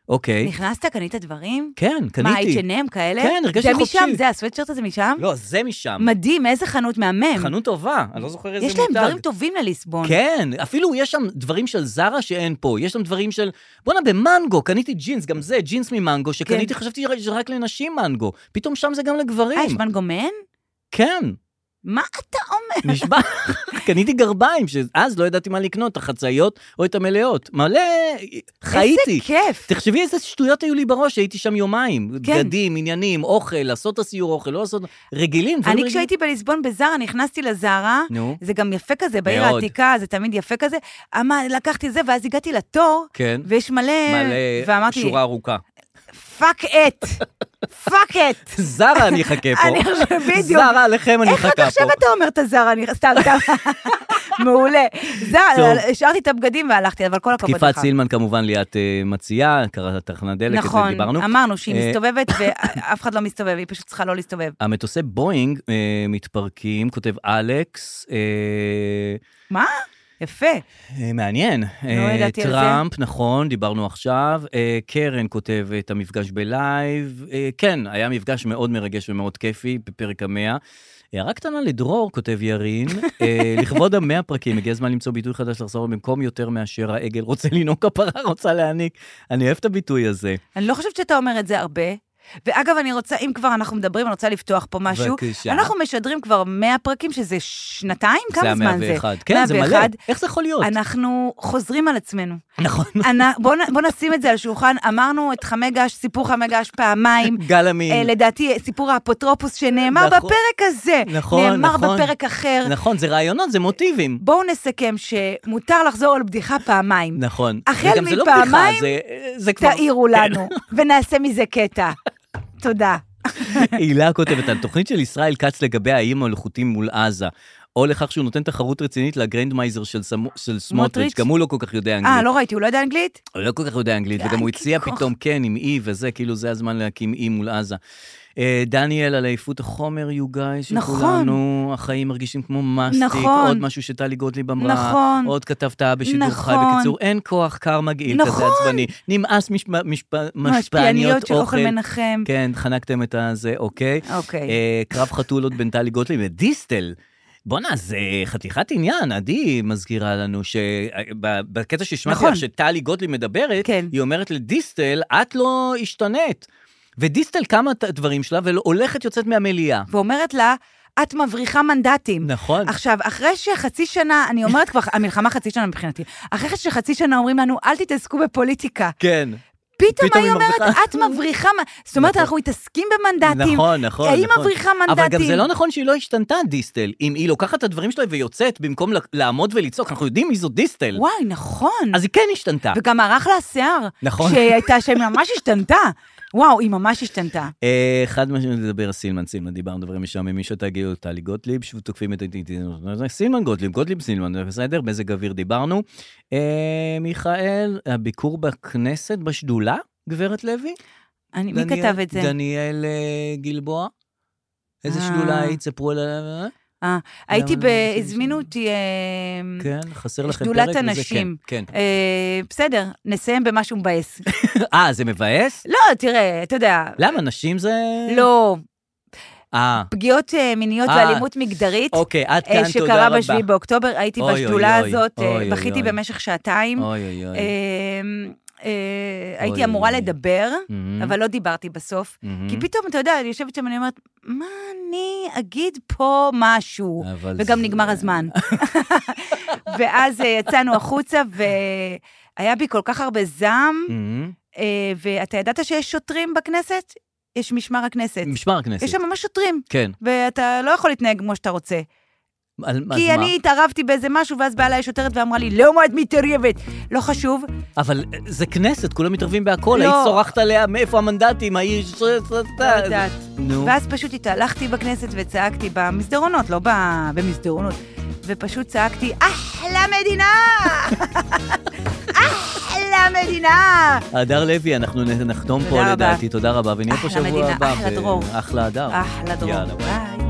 B: אוקיי,
C: נכנסת, קנית דברים?
B: כן,
C: מה,
B: קניתי.
C: H&M כאלה?
B: כן, הרגשתי חופשי.
C: זה משם, זה הסוואטשרט הזה משם?
B: לא, זה משם.
C: מדהים, איזה חנות מהמם.
B: חנות טובה, אני לא זוכר איזה
C: יש
B: מותג.
C: להם דברים טובים לליסבון.
B: כן, אפילו יש שם דברים של זרה שאין פה, יש שם דברים של... בואנה, במנגו, קניתי ג'ינס, גם זה, ג'ינס ממנגו, שקניתי, חשבתי שזה רק לנשים מנגו. פתאום שם זה גם
C: כן. אה, יש
B: לגברים.
C: מנגומן?
B: כן,
C: מה אתה אומר?
B: נשבע. קניתי גרביים, שאז לא ידעתי מה לקנות, את החצאיות או את המלאות. מלא... חייתי.
C: איזה כיף.
B: תחשבי איזה שטויות היו לי בראש, הייתי שם יומיים.
C: כן.
B: בגדים, עניינים, אוכל, לעשות את הסיור אוכל, לא לעשות... רגילים, דברים
C: אני
B: רגילים.
C: כשהייתי בליסבון בזארה, נכנסתי לזארה,
B: נו.
C: זה גם יפה כזה, בעיר
B: מאוד.
C: העתיקה, זה תמיד יפה כזה. אמר, לקחתי זה, ואז הגעתי לתור,
B: כן.
C: ויש מלא...
B: מלא
C: ואמרתי,
B: שורה ארוכה.
C: פאק את, פאק את.
B: זרה אני אחכה פה.
C: אני חושבת, בדיוק.
B: זרה עליכם אני
C: איך
B: אחכה
C: רק
B: פה.
C: עכשיו אתה אומר את הזר? אני סתם, סתם. מעולה. זר,
B: טוב.
C: השארתי את הבגדים והלכתי, אבל כל הכבוד לך.
B: תקיפת סילמן כמובן ליאת אה, מציעה, קראת תחנת דלק, את זה
C: נכון,
B: דיברנו.
C: אמרנו שהיא
B: אה,
C: מסתובבת ואף אחד לא מסתובב, היא פשוט צריכה לא להסתובב.
B: המטוסי בואינג אה, מתפרקים, כותב אלכס, אה,
C: מה? יפה.
B: אה, מעניין. אה,
C: לא ידעתי על זה.
B: טראמפ, נכון, דיברנו עכשיו. אה, קרן כותבת המפגש בלייב. אה, כן, היה מפגש מאוד מרגש ומאוד כיפי בפרק המאה. הערה קטנה לדרור, כותב ירין, אה, לכבוד המאה פרקים, הגיע הזמן למצוא ביטוי חדש לחזור במקום יותר מאשר העגל רוצה לנאום כפרה, רוצה להעניק. אני אוהב את הביטוי הזה.
C: אני לא חושבת שאתה אומר את זה הרבה. ואגב, אני רוצה, אם כבר אנחנו מדברים, אני רוצה לפתוח פה משהו.
B: בבקשה.
C: אנחנו משדרים כבר 100 פרקים, שזה שנתיים? כמה זמן זה?
B: זה ה-101. כן, זה מלא.
C: 101.
B: איך זה יכול להיות?
C: אנחנו חוזרים על עצמנו.
B: נכון.
C: אנ- בוא נ- בוא נשים את זה על השולחן, אמרנו את חמי געש, סיפור חמי געש פעמיים.
B: גל
C: אה,
B: עמין.
C: לדעתי, סיפור האפוטרופוס שנאמר
B: נכון.
C: בפרק הזה.
B: נכון,
C: נאמר
B: נכון.
C: בפרק אחר.
B: נכון, זה רעיונות, זה מוטיבים.
C: בואו נסכם שמותר לחזור על בדיחה פעמיים.
B: נכון.
C: החל
B: וגם זה לא
C: מפעמיים,
B: בדיחה, זה- זה כבר...
C: תעירו
B: כן.
C: לנו, ונעשה מזה קטע. תודה.
B: הילה כותבת על תוכנית של ישראל כץ לגבי האיים המלאכותיים מול עזה. או לכך שהוא נותן תחרות רצינית לגרנדמייזר של, סמו- של סמוטריץ', גם הוא לא כל כך יודע אנגלית.
C: אה, לא ראיתי, הוא לא יודע אנגלית?
B: הוא לא כל כך יודע אנגלית, וגם הוא הציע פתאום, כן, עם אי וזה, כאילו זה הזמן להקים אי מול עזה. אה, דניאל על עייפות החומר, you guys, של
C: נכון.
B: כולנו, החיים מרגישים כמו מסטיק,
C: נכון.
B: עוד משהו שטלי גוטליב אמרה,
C: נכון.
B: עוד כתבת אבא שידור חי,
C: נכון.
B: בקיצור, אין כוח קר מגעיל כזה
C: נכון.
B: עצבני, נמאס משפ... משפ...
C: משפיעניות
B: משפעניות
C: של אוכל מנחם.
B: כן, חנקתם את הזה, אוקיי.
C: אוקיי.
B: אה, קרב חתולות בין טלי גוטליב לדיסטל. בואנה, זה חתיכת עניין, עדי מזכירה לנו אה, שבקטע שהשמעתי
C: נכון.
B: לך, שטלי גוטליב מדברת,
C: כן.
B: היא אומרת לדיסטל, את לא השתנית. ודיסטל קמה את הדברים שלה והולכת יוצאת מהמליאה.
C: ואומרת לה, את מבריחה מנדטים.
B: נכון.
C: עכשיו, אחרי שחצי שנה, אני אומרת כבר, המלחמה חצי שנה מבחינתי, אחרי שחצי שנה אומרים לנו, אל תתעסקו בפוליטיקה.
B: כן.
C: פתאום
B: פתאום
C: היא
B: היא
C: אומרת,
B: מבריחה.
C: את מבריחה, מ-" זאת אומרת,
B: נכון.
C: אנחנו מתעסקים במנדטים.
B: נכון, נכון,
C: היא
B: נכון.
C: מבריחה
B: אבל גם זה
C: מנדטים.
B: לא נכון שהיא לא השתנתה, דיסטל. אם היא לוקחת את הדברים שלה ויוצאת, במקום לה- לעמוד ולצעוק, אנחנו יודעים מי זו דיסטל.
C: וואי, נכון.
B: אז היא כן השתנתה.
C: וגם ערך לה שיער.
B: נכון.
C: שהיא הייתה, שהיא ממש השתנתה. וואו, היא ממש השתנתה.
B: אה, חד משמעית לדבר על סילמן, סילמן, דיברנו דברים משעממים שאתה הגיעו, טלי גוטליב, שוב תוקפים את ה... סילמן גוטליב, גוטליב סילמן, בסדר, מזג אוויר דיברנו. אה, מיכאל, הביקור בכנסת, בשדולה, גברת לוי?
C: אני, מי
B: דניאל-
C: כתב את זה?
B: דניאל אה, גלבוע. איזה
C: אה.
B: שדולה היית? ספרו עליה.
C: אה, הייתי
B: גם
C: ב...
B: אנשים
C: הזמינו
B: שם.
C: אותי... אה,
B: כן, חסר לכם פרק.
C: שדולת
B: וזה
C: הנשים.
B: כן, כן.
C: אה, בסדר, נסיים במשהו מבאס.
B: אה, זה מבאס?
C: לא, תראה, אתה יודע,
B: למה? נשים זה...
C: לא,
B: אה,
C: פגיעות אה, מיניות
B: אה,
C: ואלימות מגדרית,
B: אוקיי, עד
C: אה,
B: כאן, תודה
C: שקרה
B: רבה.
C: ב-7 באוקטובר, הייתי
B: אוי, אוי,
C: בשדולה
B: אוי.
C: הזאת, אה,
B: אוי, אוי,
C: בכיתי
B: אוי.
C: במשך שעתיים.
B: אוי אוי אוי.
C: אמ, אה, הייתי
B: אוי, Mm-hmm.
C: אמורה
B: אוי.
C: לדבר,
B: מהמם.
C: אבל לא דיברתי בסוף.
B: מהמם.
C: כי פתאום, אתה יודע, אני יושבת שם, אני אומרת, מה אני אגיד פה משהו?
B: אבל
C: וגם
B: זה-
C: נגמר הזמן. ואז אה, יצאנו החוצה, והיה בי כל כך הרבה זעם,
B: מהמם.
C: אה, ואתה ידעת שיש שוטרים בכנסת? יש משמר הכנסת.
B: משמר הכנסת.
C: יש שם ממש שוטרים,
B: כן.
C: ואתה לא יכול להתנהג כמו שאתה רוצה.
B: על- אז
C: כי
B: מה?
C: אני התערבתי באיזה משהו, ואז באה אליי שוטרת ואמרה לי, למה את מתערבת? לא חשוב,
B: אבל אה, זה כנסת, כולם מתערבים בהכל,
C: לא.
B: היית צורחת עליה מאיפה המנדטים, ההיא... ש- ש- ש-
C: לא יודעת.
B: נו,
C: ואז פשוט התהלכתי בכנסת וצעקתי במסדרונות, לא ב- במסדרונות, ופשוט צעקתי, אחלה מדינה! אחלה מדינה!
B: הדר לוי, אנחנו נ- נחתום פה
C: תודה רבה.
B: לדעתי, תודה רבה, ונהיה פה
C: אחלה
B: שבוע
C: מדינה,
B: הבא.
C: אחלה
B: ב-
C: דרור.
B: אחלה הדר.
C: אחלה דרום.
B: יאללה, ביי.
C: ביי.